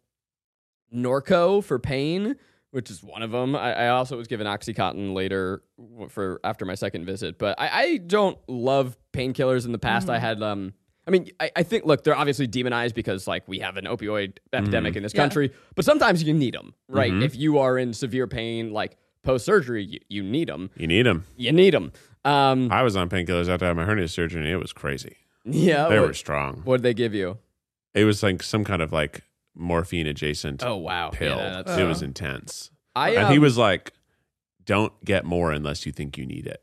Norco for pain, which is one of them. I, I also was given OxyContin later w- for after my second visit. But I, I don't love painkillers. In the past, Mm-hmm. I had um. I mean, I, I think look, they're obviously demonized because like we have an opioid epidemic Mm-hmm. in this Yeah. country, but sometimes you need them, right? If you are in severe pain, like post surgery, you, you need them. you need them You need them. Um, i was on painkillers after i had my hernia surgery and it was crazy yeah, they what- were strong what did they give you? it was like some kind of like morphine adjacent Oh wow, pill Yeah, that's- it was intense I, and he um, was like, "Don't get more unless you think you need it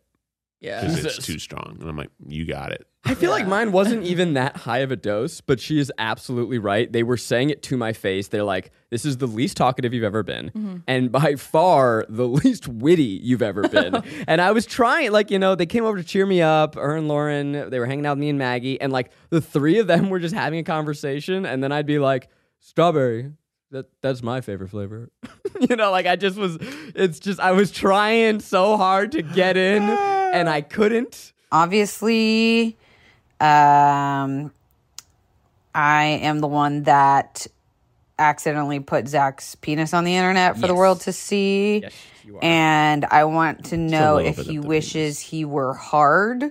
Yeah. because it's Jesus. too strong." And I'm like, "You got it." I feel like mine wasn't even that high of a dose, but she is absolutely right. They were saying it to my face. They're like, "This is the least talkative you've ever been, and by far the least witty you've ever been." and I was trying, like you know, they came over to cheer me up. Ern, Lauren, they were hanging out with me and Maggie, and like the three of them were just having a conversation, and then I'd be like, "Strawberry." That, that's my favorite flavor. you know, like I just was, it's just, I was trying so hard to get in and I couldn't. obviously um i am the one that accidentally put zach's penis on the internet for the world to see and i want to know little if bit he of the wishes he were hard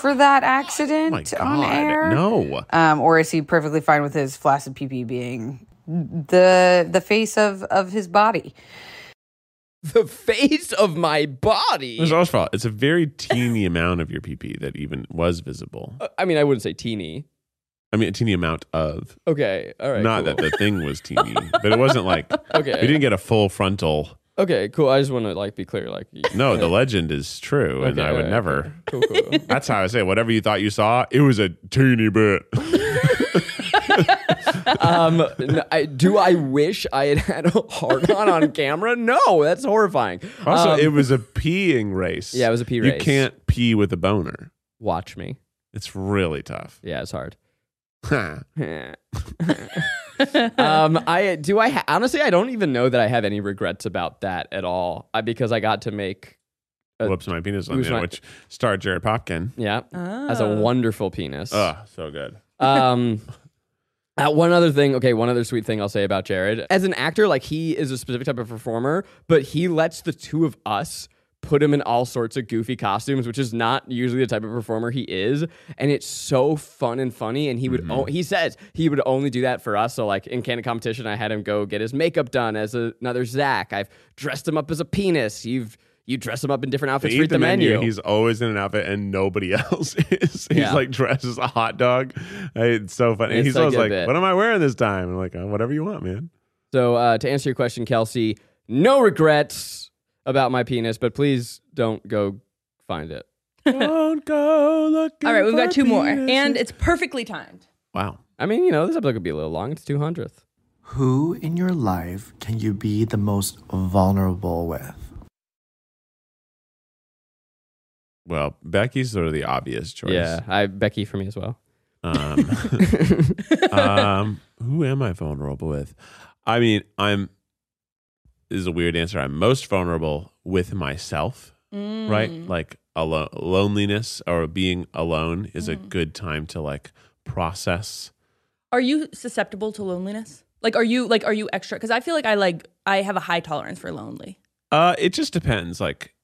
for that Oh my accident god, on air no! um, or is he perfectly fine with his flaccid pee pee being the the face of of his body the face of my It was body. Osh's fault. It's a very teeny amount of your PP that even was visible. Uh, I mean, I wouldn't say teeny. I mean, a teeny amount of. Okay, all right. Not cool. that the thing was teeny, but it wasn't like Okay. we didn't get a full frontal. Okay, cool. I just want to like be clear. Like, y- No, okay, the legend is true, and I all would right, never. Cool, cool. cool. That's how I say it. whatever you thought you saw, it was a teeny bit. um, n- I, do I wish I had had a hard on on camera? No, that's horrifying. Also, Um, it was a peeing race. Yeah, it was a pee You race. can't pee with a boner. watch me. It's really tough. Yeah, it's hard. Huh. um, I do. I ha- honestly, I don't even know that I have any regrets about that at all. I, because I got to make Uh, Whoops, my penis on who's the end, my- which starred Jared Popkin. yeah, that's a Oh. wonderful penis. Oh, so good. Um, uh, one other thing, okay, one other sweet thing I'll say about Jared. As an actor, like he is a specific type of performer, but he lets the two of us put him in all sorts of goofy costumes, which is not usually the type of performer he is. And it's so fun and funny. And he Mm-hmm. would, o- he says he would only do that for us. So like in Canon Competition, I had him go get his makeup done as a- another Zach. I've dressed him up as a penis. You've, you dress him up in different outfits They for eat the menu. He's always in an outfit, and nobody else is. He's Yeah. like dressed as a hot dog. I- It's so funny. It's he's a always good like, bit. "What am I wearing this time?" I'm like, "Uh, "Whatever you want, man." So uh, to answer your question, Kelsey, no regrets about my penis, but please don't go find it. Don't go looking. All right, we've got for two more, penises. and it's perfectly timed. wow, I mean, you know, this episode could be a little long. It's 200th. Who in your life can you be the most vulnerable with? well, Becky's sort of the obvious choice. Yeah, I Becky for me as well. Um, um, who am I vulnerable with? I mean, I'm. This is a weird answer. I'm most vulnerable with myself, Mm. right? Mm-hmm. Like alo- loneliness or being alone is a good time to like process. Are you susceptible to loneliness? Like, are you like are you extra? Because I feel like I like I have a high tolerance for lonely. Uh, it just depends. Like,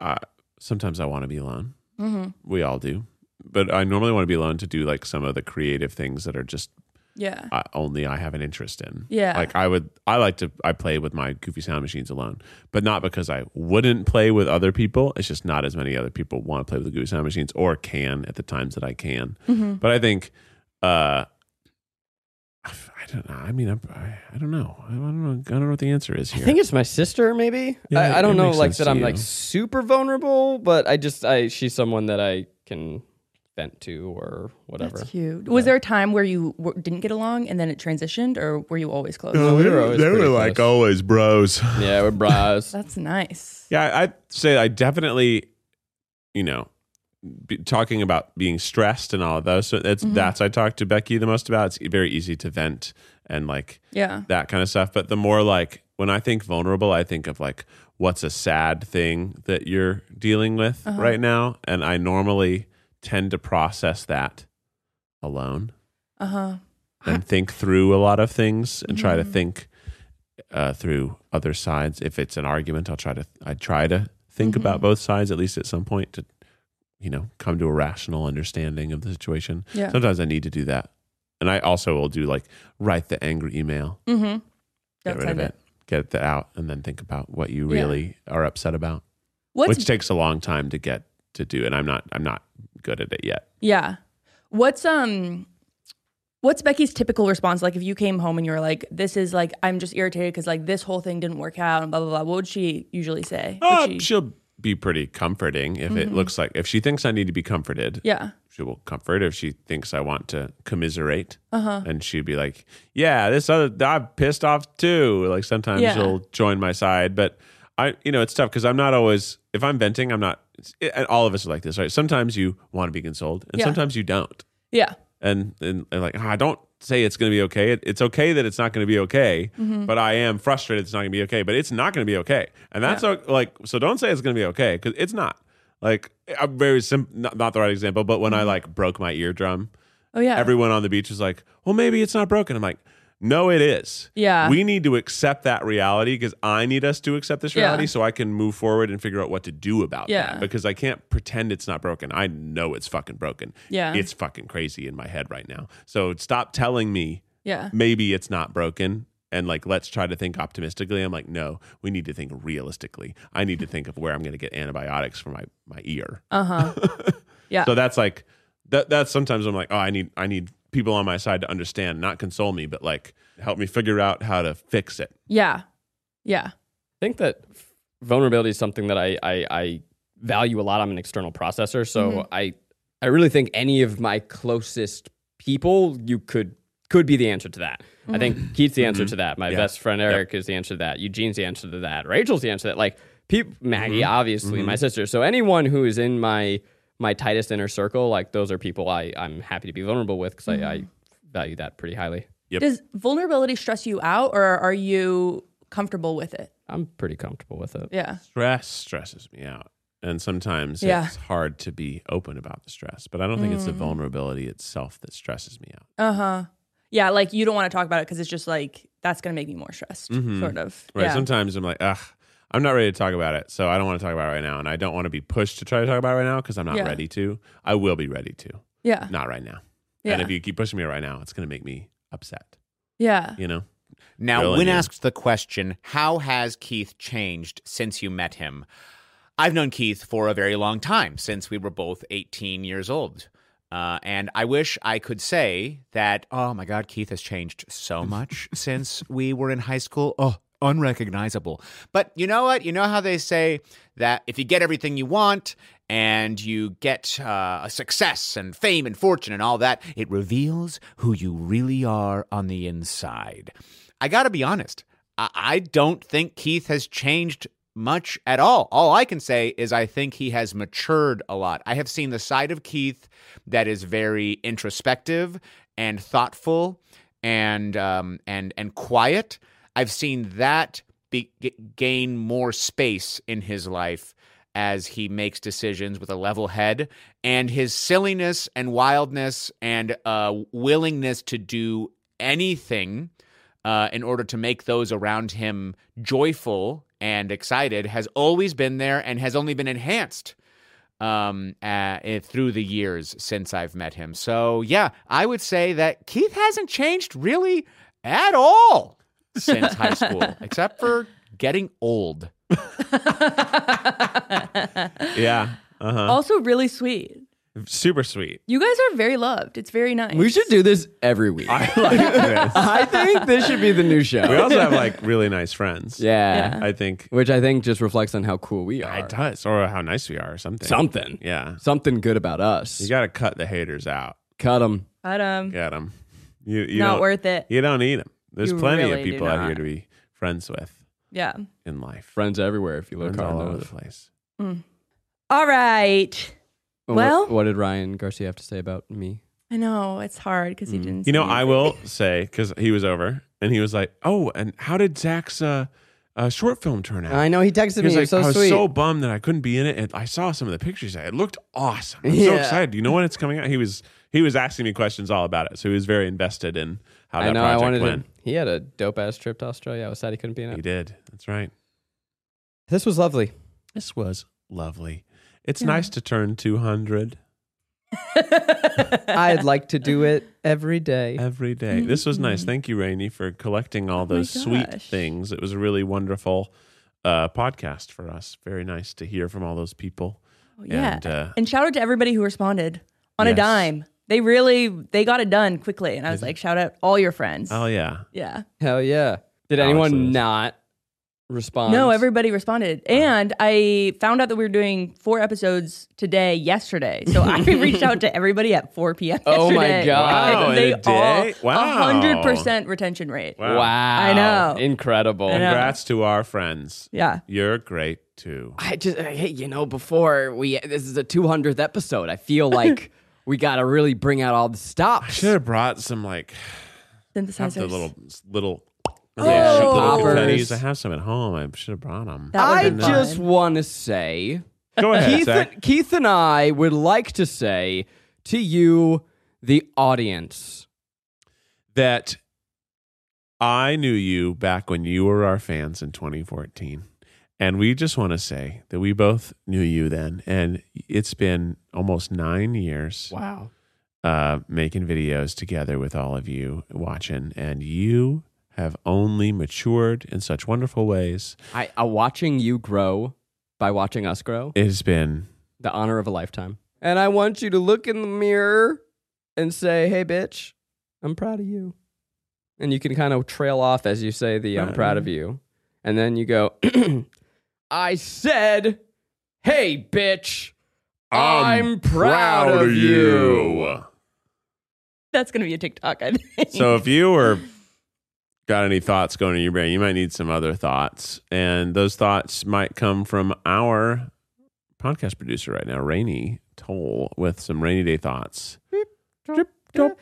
uh, sometimes I want to be alone. Mm-hmm. We all do, but I normally want to be alone to do like some of the creative things that are just Yeah. I, only I have an interest in. Yeah. Like I would, I like to, I play with my goofy sound machines alone, but not because I wouldn't play with other people. It's just not as many other people want to play with the goofy sound machines or can at the times that I can. Mm-hmm. But I think, uh, I f- I don't know. I mean, I'm- I, I don't know. I don't know. I don't know what the answer is I here. think it's my sister, maybe. Yeah, I, I it don't know, makes like sense that. to I'm you. like super vulnerable, but I just, I she's someone that I can vent to or whatever. That's cute. Was there a time where you w- didn't get along and then it transitioned, or were you always close? we were always pretty close. always bros. Yeah, we're bros. That's nice. Yeah, I- I'd say I definitely, you know, be, talking about being stressed and all of those. So Mm-hmm. that's that's I talk to Becky the most about. It's very easy to vent and like Yeah. that kind of stuff. But the more like when I think vulnerable, I think of like what's a sad thing that you're dealing with right now, and I normally tend to process that alone Uh huh. and think through a lot of things and try to think uh, through other sides. If it's an argument, I'll try to I try to think about both sides at least at some point to you know come to a rational understanding of the situation. Yeah. Sometimes I need to do that, and I also will do like write the angry email, Mm-hmm. get rid of it, get that out, and then think about what you really are upset about, What's which takes a long time to get to do, and I'm not I'm not good at it yet. yeah? What's um? What's Becky's typical response? Like, if you came home and you were like, "This is like, I'm just irritated because like this whole thing didn't work out," and blah blah blah. What would she usually say? Would Uh, she- Mm-hmm. she'll be pretty comforting if it looks like if she thinks I need to be comforted. yeah. she will comfort if she thinks I want to commiserate. Uh-huh. And she'd be like, "Yeah, this other I'm pissed off too." Like sometimes Yeah. she'll join my side, but I, you know, it's tough because I'm not always. If I'm venting, I'm not. It, and all of us are like this, right? Sometimes you want to be consoled, and Yeah. sometimes you don't. Yeah. And and, and like, I don't say it's going to be okay. It, it's okay that it's not going to be okay, but I am frustrated. It's not going to be okay, but it's not going to be okay. And that's o like, so don't say it's going to be okay because it's not. Like, I'm very sim- not, not the right example, but when I like broke my eardrum, Oh yeah. everyone on the beach was like, well, maybe it's not broken. I'm like, no, it is. Yeah. We need to accept that reality because I need us to accept this Yeah. reality so I can move forward and figure out what to do about Yeah. that because I can't pretend it's not broken. I know it's fucking broken. Yeah. It's fucking crazy in my head right now. So stop telling me yeah. maybe it's not broken and like let's try to think optimistically. I'm like, no, we need to think realistically. I need to think of where I'm going to get antibiotics for my my ear. Uh huh. Yeah. So that's like that. That's sometimes I'm like, oh, I need I need people on my side to understand, not console me, but like help me figure out how to fix it. Yeah. Yeah. I think that f- vulnerability is something that I, I I value a lot. I'm an external processor, so I I really think any of my closest people you could could be the answer to that. I think Keith's the answer to that. My best friend Eric is the answer to that. Eugene's the answer to that. Rachel's the answer to that. Like people, Maggie, obviously, my sister. So anyone who is in my my tightest inner circle, like those are people I I'm happy to be vulnerable with because I, I value that pretty highly. Yep. Does vulnerability stress you out or are you comfortable with it? I'm pretty comfortable with it. Yeah. Stress stresses me out. And sometimes Yeah. Mm. it's hard to be open about the stress, but I don't think it's the vulnerability itself that stresses me out. Uh huh. Yeah. Like you don't want to talk about it because it's just like, that's going to make me more stressed, sort of. Mm-hmm. Right. Yeah. Sometimes I'm like, ugh, I'm not ready to talk about it. So I don't want to talk about it right now. And I don't want to be pushed to try to talk about it right now because I'm not Yeah. ready to. I will be ready to. yeah. Not right now. Yeah. And if you keep pushing me right now, it's going to make me upset, yeah. you know? Now, Really, when yeah. asked the question, how has Keith changed since you met him? I've known Keith for a very long time, since we were both 18 years old. Uh, and I wish I could say that, oh my God, Keith has changed so much since we were in high school. Oh, unrecognizable. But you know what? You know how they say that if you get everything you want and you get uh, a success and fame and fortune and all that, it reveals who you really are on the inside. I got to be honest. I-, I don't think Keith has changed much at all. All I can say is I think he has matured a lot. I have seen the side of Keith that is very introspective and thoughtful and um, and and quiet. I've seen that be- g- gain more space in his life as he makes decisions with a level head and his silliness and wildness and uh, willingness to do anything uh, in order to make those around him joyful and excited has always been there and has only been enhanced um, uh, eh, through the years since I've met him. So, yeah, I would say that Keith hasn't changed really at all since high school, except for getting old. Yeah. Uh huh. Also, really sweet. Super sweet. You guys are very loved. It's very nice. We should do this every week. I like this. I think this should be the new show. We also have like really nice friends. yeah. I think Which I think just reflects on how cool we are. it does, or how nice we are, or something. Something. Yeah. Something good about us. You got to cut the haters out. Cut them. But, um, Get them. You, you not don't, worth it. You don't need them. There's You plenty really of do people out not. here to be friends with Yeah. in life. Friends everywhere if you look Friends hard all over the enough. place. All right. And Well- what, what did Ryan Garcia have to say about me? I know it's hard because he didn't. Mm-hmm. You know, say I anything. will say because he was over and he was like, "Oh, and how did Zach's uh, uh, short film turn out?" know he texted He was like, I was so bummed that I couldn't be in it, and I saw some of the pictures. It looked awesome. I'm so Yeah. excited. Do you know when it's coming out? He was he was asking me questions all about it, so he was very invested in how that I know. I project wanted him. went. He had a dope ass trip to Australia. I was sad he couldn't be in He it. did. That's right. This was lovely. This was lovely. It's nice to turn 200 I'd like to do it every day. every day. This was nice. Mm-hmm. Thank you, Rainey, for collecting Oh all those sweet gosh. things. It was a really wonderful uh, podcast for us. Very nice to hear from all those people. Yeah. And, uh, and shout out to everybody who responded on Yes. a dime. They really they got it done quickly, and I was like, shout out all your friends. oh, yeah. yeah. Hell yeah. Did Alex anyone is- not respond? No, everybody responded, and I found out that we were doing four episodes today. Yesterday, so I reached out to everybody at 4 p.m. Oh my yesterday. God. And Wow, in they a day? all Wow. hundred percent retention rate. Wow. I know. Incredible. I know. Congrats to our friends. Yeah, You're great too. I just, I- hey, you know, before we, this is the 200th episode. I feel like we got to really bring out all the I stops. should have brought some like have synthesizers. the little little Oh, Yeah. little Poppers. confettis. I have some at home. I should have brought them. That would've I been just fun. want to say, Go ahead, Keith, Zach. Keith and I would like to say to you, the audience, that I knew you back when you were our fans in 2014. And we just want to say that we both knew you then. And it's been almost nine years wow, uh, making videos together with all of you watching. And you have only matured in such wonderful ways. I, uh, watching you grow by watching us grow, It has been the honor of a lifetime. And I want you to look in the mirror and say, "Hey, bitch, I'm proud of you." And you can kind of trail off as you say the "I'm proud of you," and then you go, "I said, hey, bitch, I'm, proud, of you. That's gonna be a TikTok, I think. So if you were got any thoughts going in your brain, you might need some other thoughts, and those thoughts might come from our podcast producer right now, Rainy Toll, with some rainy day thoughts.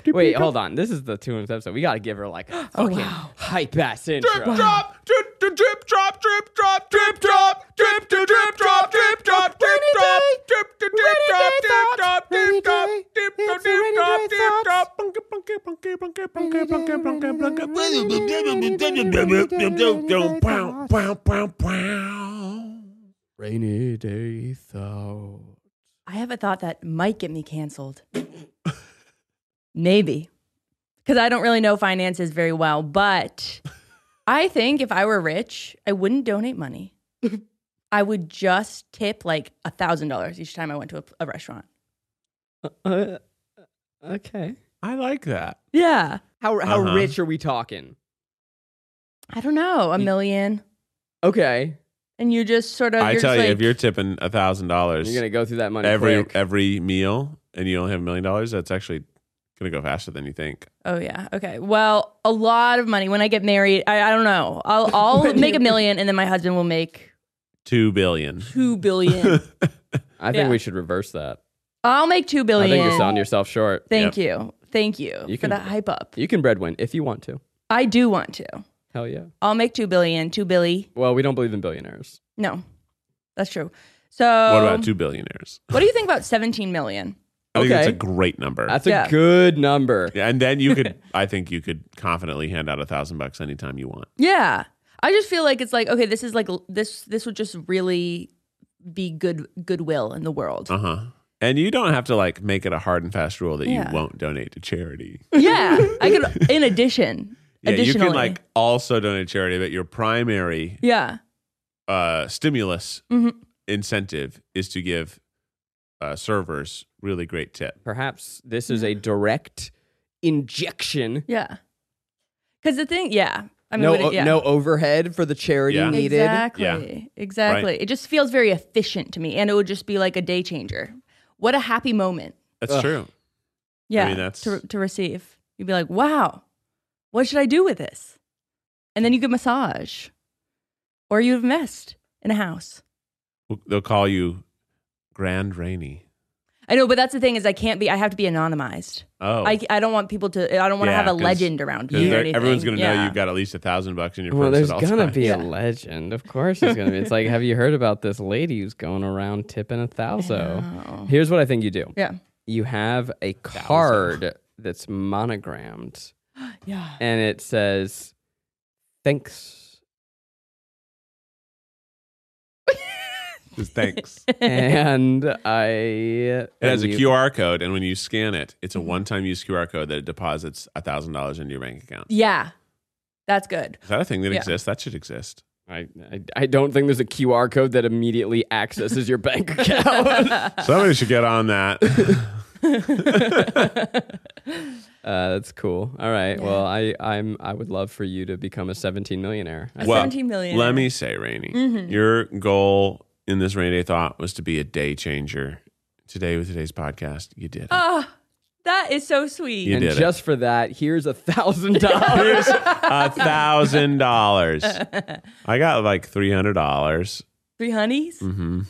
Wait, hold on. This is the 200th episode. We gotta give her like Oh, a fucking hype ass intro. drip, drip, drip, drop, drip, drop, drip, drop, drip, drip, drip, drop, drip, drop, drip, drop, drip, drip, drip, drop, drip, drop, drip, drop, drip, drop, drip, drop, drip, drop, bunky, bunky, bunky, bunky, bunky, bunky, bunky, bunky, bunky. Pow, pow, pow, pow. Rainy day thought. I have a thought that might get me canceled. Maybe. Because I don't really know finances very well, but I think if I were rich, I wouldn't donate money. I would just tip like a $1,000 each time I went to a, a restaurant. Uh, okay. I like that. Yeah. How how Uh-huh. rich are we talking? I don't know, a million. Okay, And you just sort of, I you're tell just you, like, if you're tipping a thousand dollars you're gonna go through that money every quick. every meal, and you only have a million dollars, that's actually gonna go faster than you think. oh yeah, okay. Well, a lot of money. When I get married, I, I don't know. I'll, I'll When make a you- million and then my husband will make Two billion. two billion. I think yeah. we should reverse that. I'll make two billion. I think you're selling yourself short. Thank you. Thank you, You for can- the hype up. You can breadwin if you want to. I do want to. Hell yeah. I'll make two billion. Two billy. Well, we don't believe in billionaires. No, that's true. So What about two billionaires? What do you think about seventeen million? I think that's a Okay. great number. That's Yeah. a good number. Yeah, and then you could i think you could confidently hand out a thousand bucks anytime you want Yeah, I just feel like it's like okay, this is like l- this. This would just really be good goodwill in the world. uh-huh and you don't have to like make it a hard and fast rule that Yeah. you won't donate to charity Yeah, I could. In addition, Uh, yeah you additionally, can like also donate to charity but your primary yeah, uh stimulus Mhm. incentive is to give uh servers really great tip Perhaps this is a direct injection. yeah. Because the thing, yeah, I mean, no, what uh, it- o- yeah. no overhead for the charity Yeah. needed. Exactly. Exactly. It just feels very efficient to me, and it would just be like a day changer. What a happy moment! that's Ugh. true Yeah, mean, that's- to to receive. You'd be like, "Wow, what should I do with this?" And then you get massage, or you invest in a house. We'll- they'll call you grand rainy I know, but that's the thing is, I can't be. I have to be anonymized. oh I, I don't want people to. I don't want to Yeah, have a 'cause- legend around 'Cause me. Or they're- anything. everyone's gonna know Yeah. you've got at least a thousand bucks in your Well, purse there's at all gonna times. be a Yeah. legend. Of course, there's gonna be. It's like, have you heard about this lady who's going around tipping a thousand? Oh. Here's what I think you do. Yeah. You have a card that's monogrammed, Yeah. and it says, "Thanks." Just thanks and I. It It has a QR code, and when you scan it, it's a Mm-hmm. one-time use QR code that deposits thousand dollars into your bank account. Yeah. That's good. Is that a thing that Yeah. exists? That should exist. I, I, I don't think there's a QR code that immediately accesses your bank account. uh, Somebody should get on that. Uh, that's cool. All right. Well, I I'm I would love for you to become a 17 millionaire. I- Well, 17 million. Let me say, Rainy, Mm-hmm. your goal in this rainy day thought was to be a day changer. Today with today's podcast, you did. It. Oh, that is so sweet. You and did it. just for that, here's a thousand dollars. A thousand dollars. I got like three hundred dollars. Three honeys, Mm-hmm.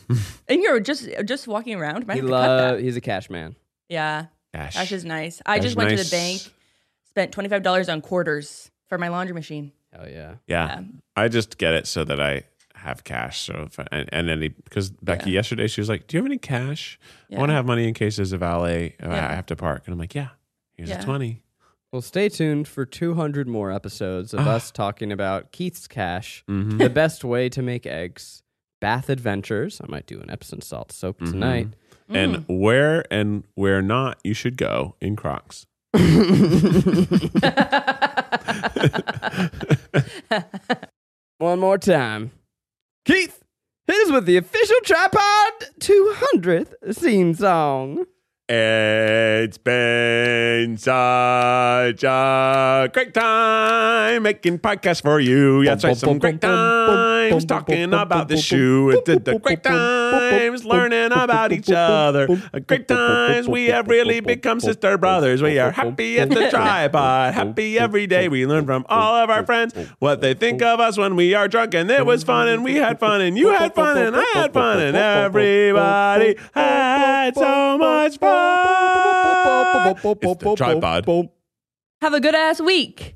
and you're just just walking around. Might He have to cut that. love. He's a cash man. Yeah, Gosh. that's just nice. I That's just went to nice. the bank, spent twenty five dollars on quarters for my laundry machine. Hell yeah. Yeah. Um, I just get it so that I have cash. So, if I, and, and any, because Becky yesterday, she was like, Do you have any cash? I want to Yeah. have money in case there's a valet. or Yeah. I have to park. And I'm like, Yeah, here's Yeah. a 20. Well, stay tuned for 200 more episodes of Ah. us talking about Keith's cash, Mhm. the best way to make eggs, bath adventures. I might do an Epsom salt soap Mm-hmm. tonight. And Mm. where and where not you should go in Crocs. Mm. One more time. Keith, hit us with the official Tripod 200th theme song. It's been such a great time making podcasts for you. Yeah, it's right, some great times talking about the shoe. It did the great times learning about each other. A great times we have really become sister brothers. We are happy at the tripod, happy every day. We learn from all of our friends what they think of us when we are drunk, and it was fun, and we had fun, and you had fun, and I had fun, and everybody had so much fun. It's the tripod. Have a good ass week.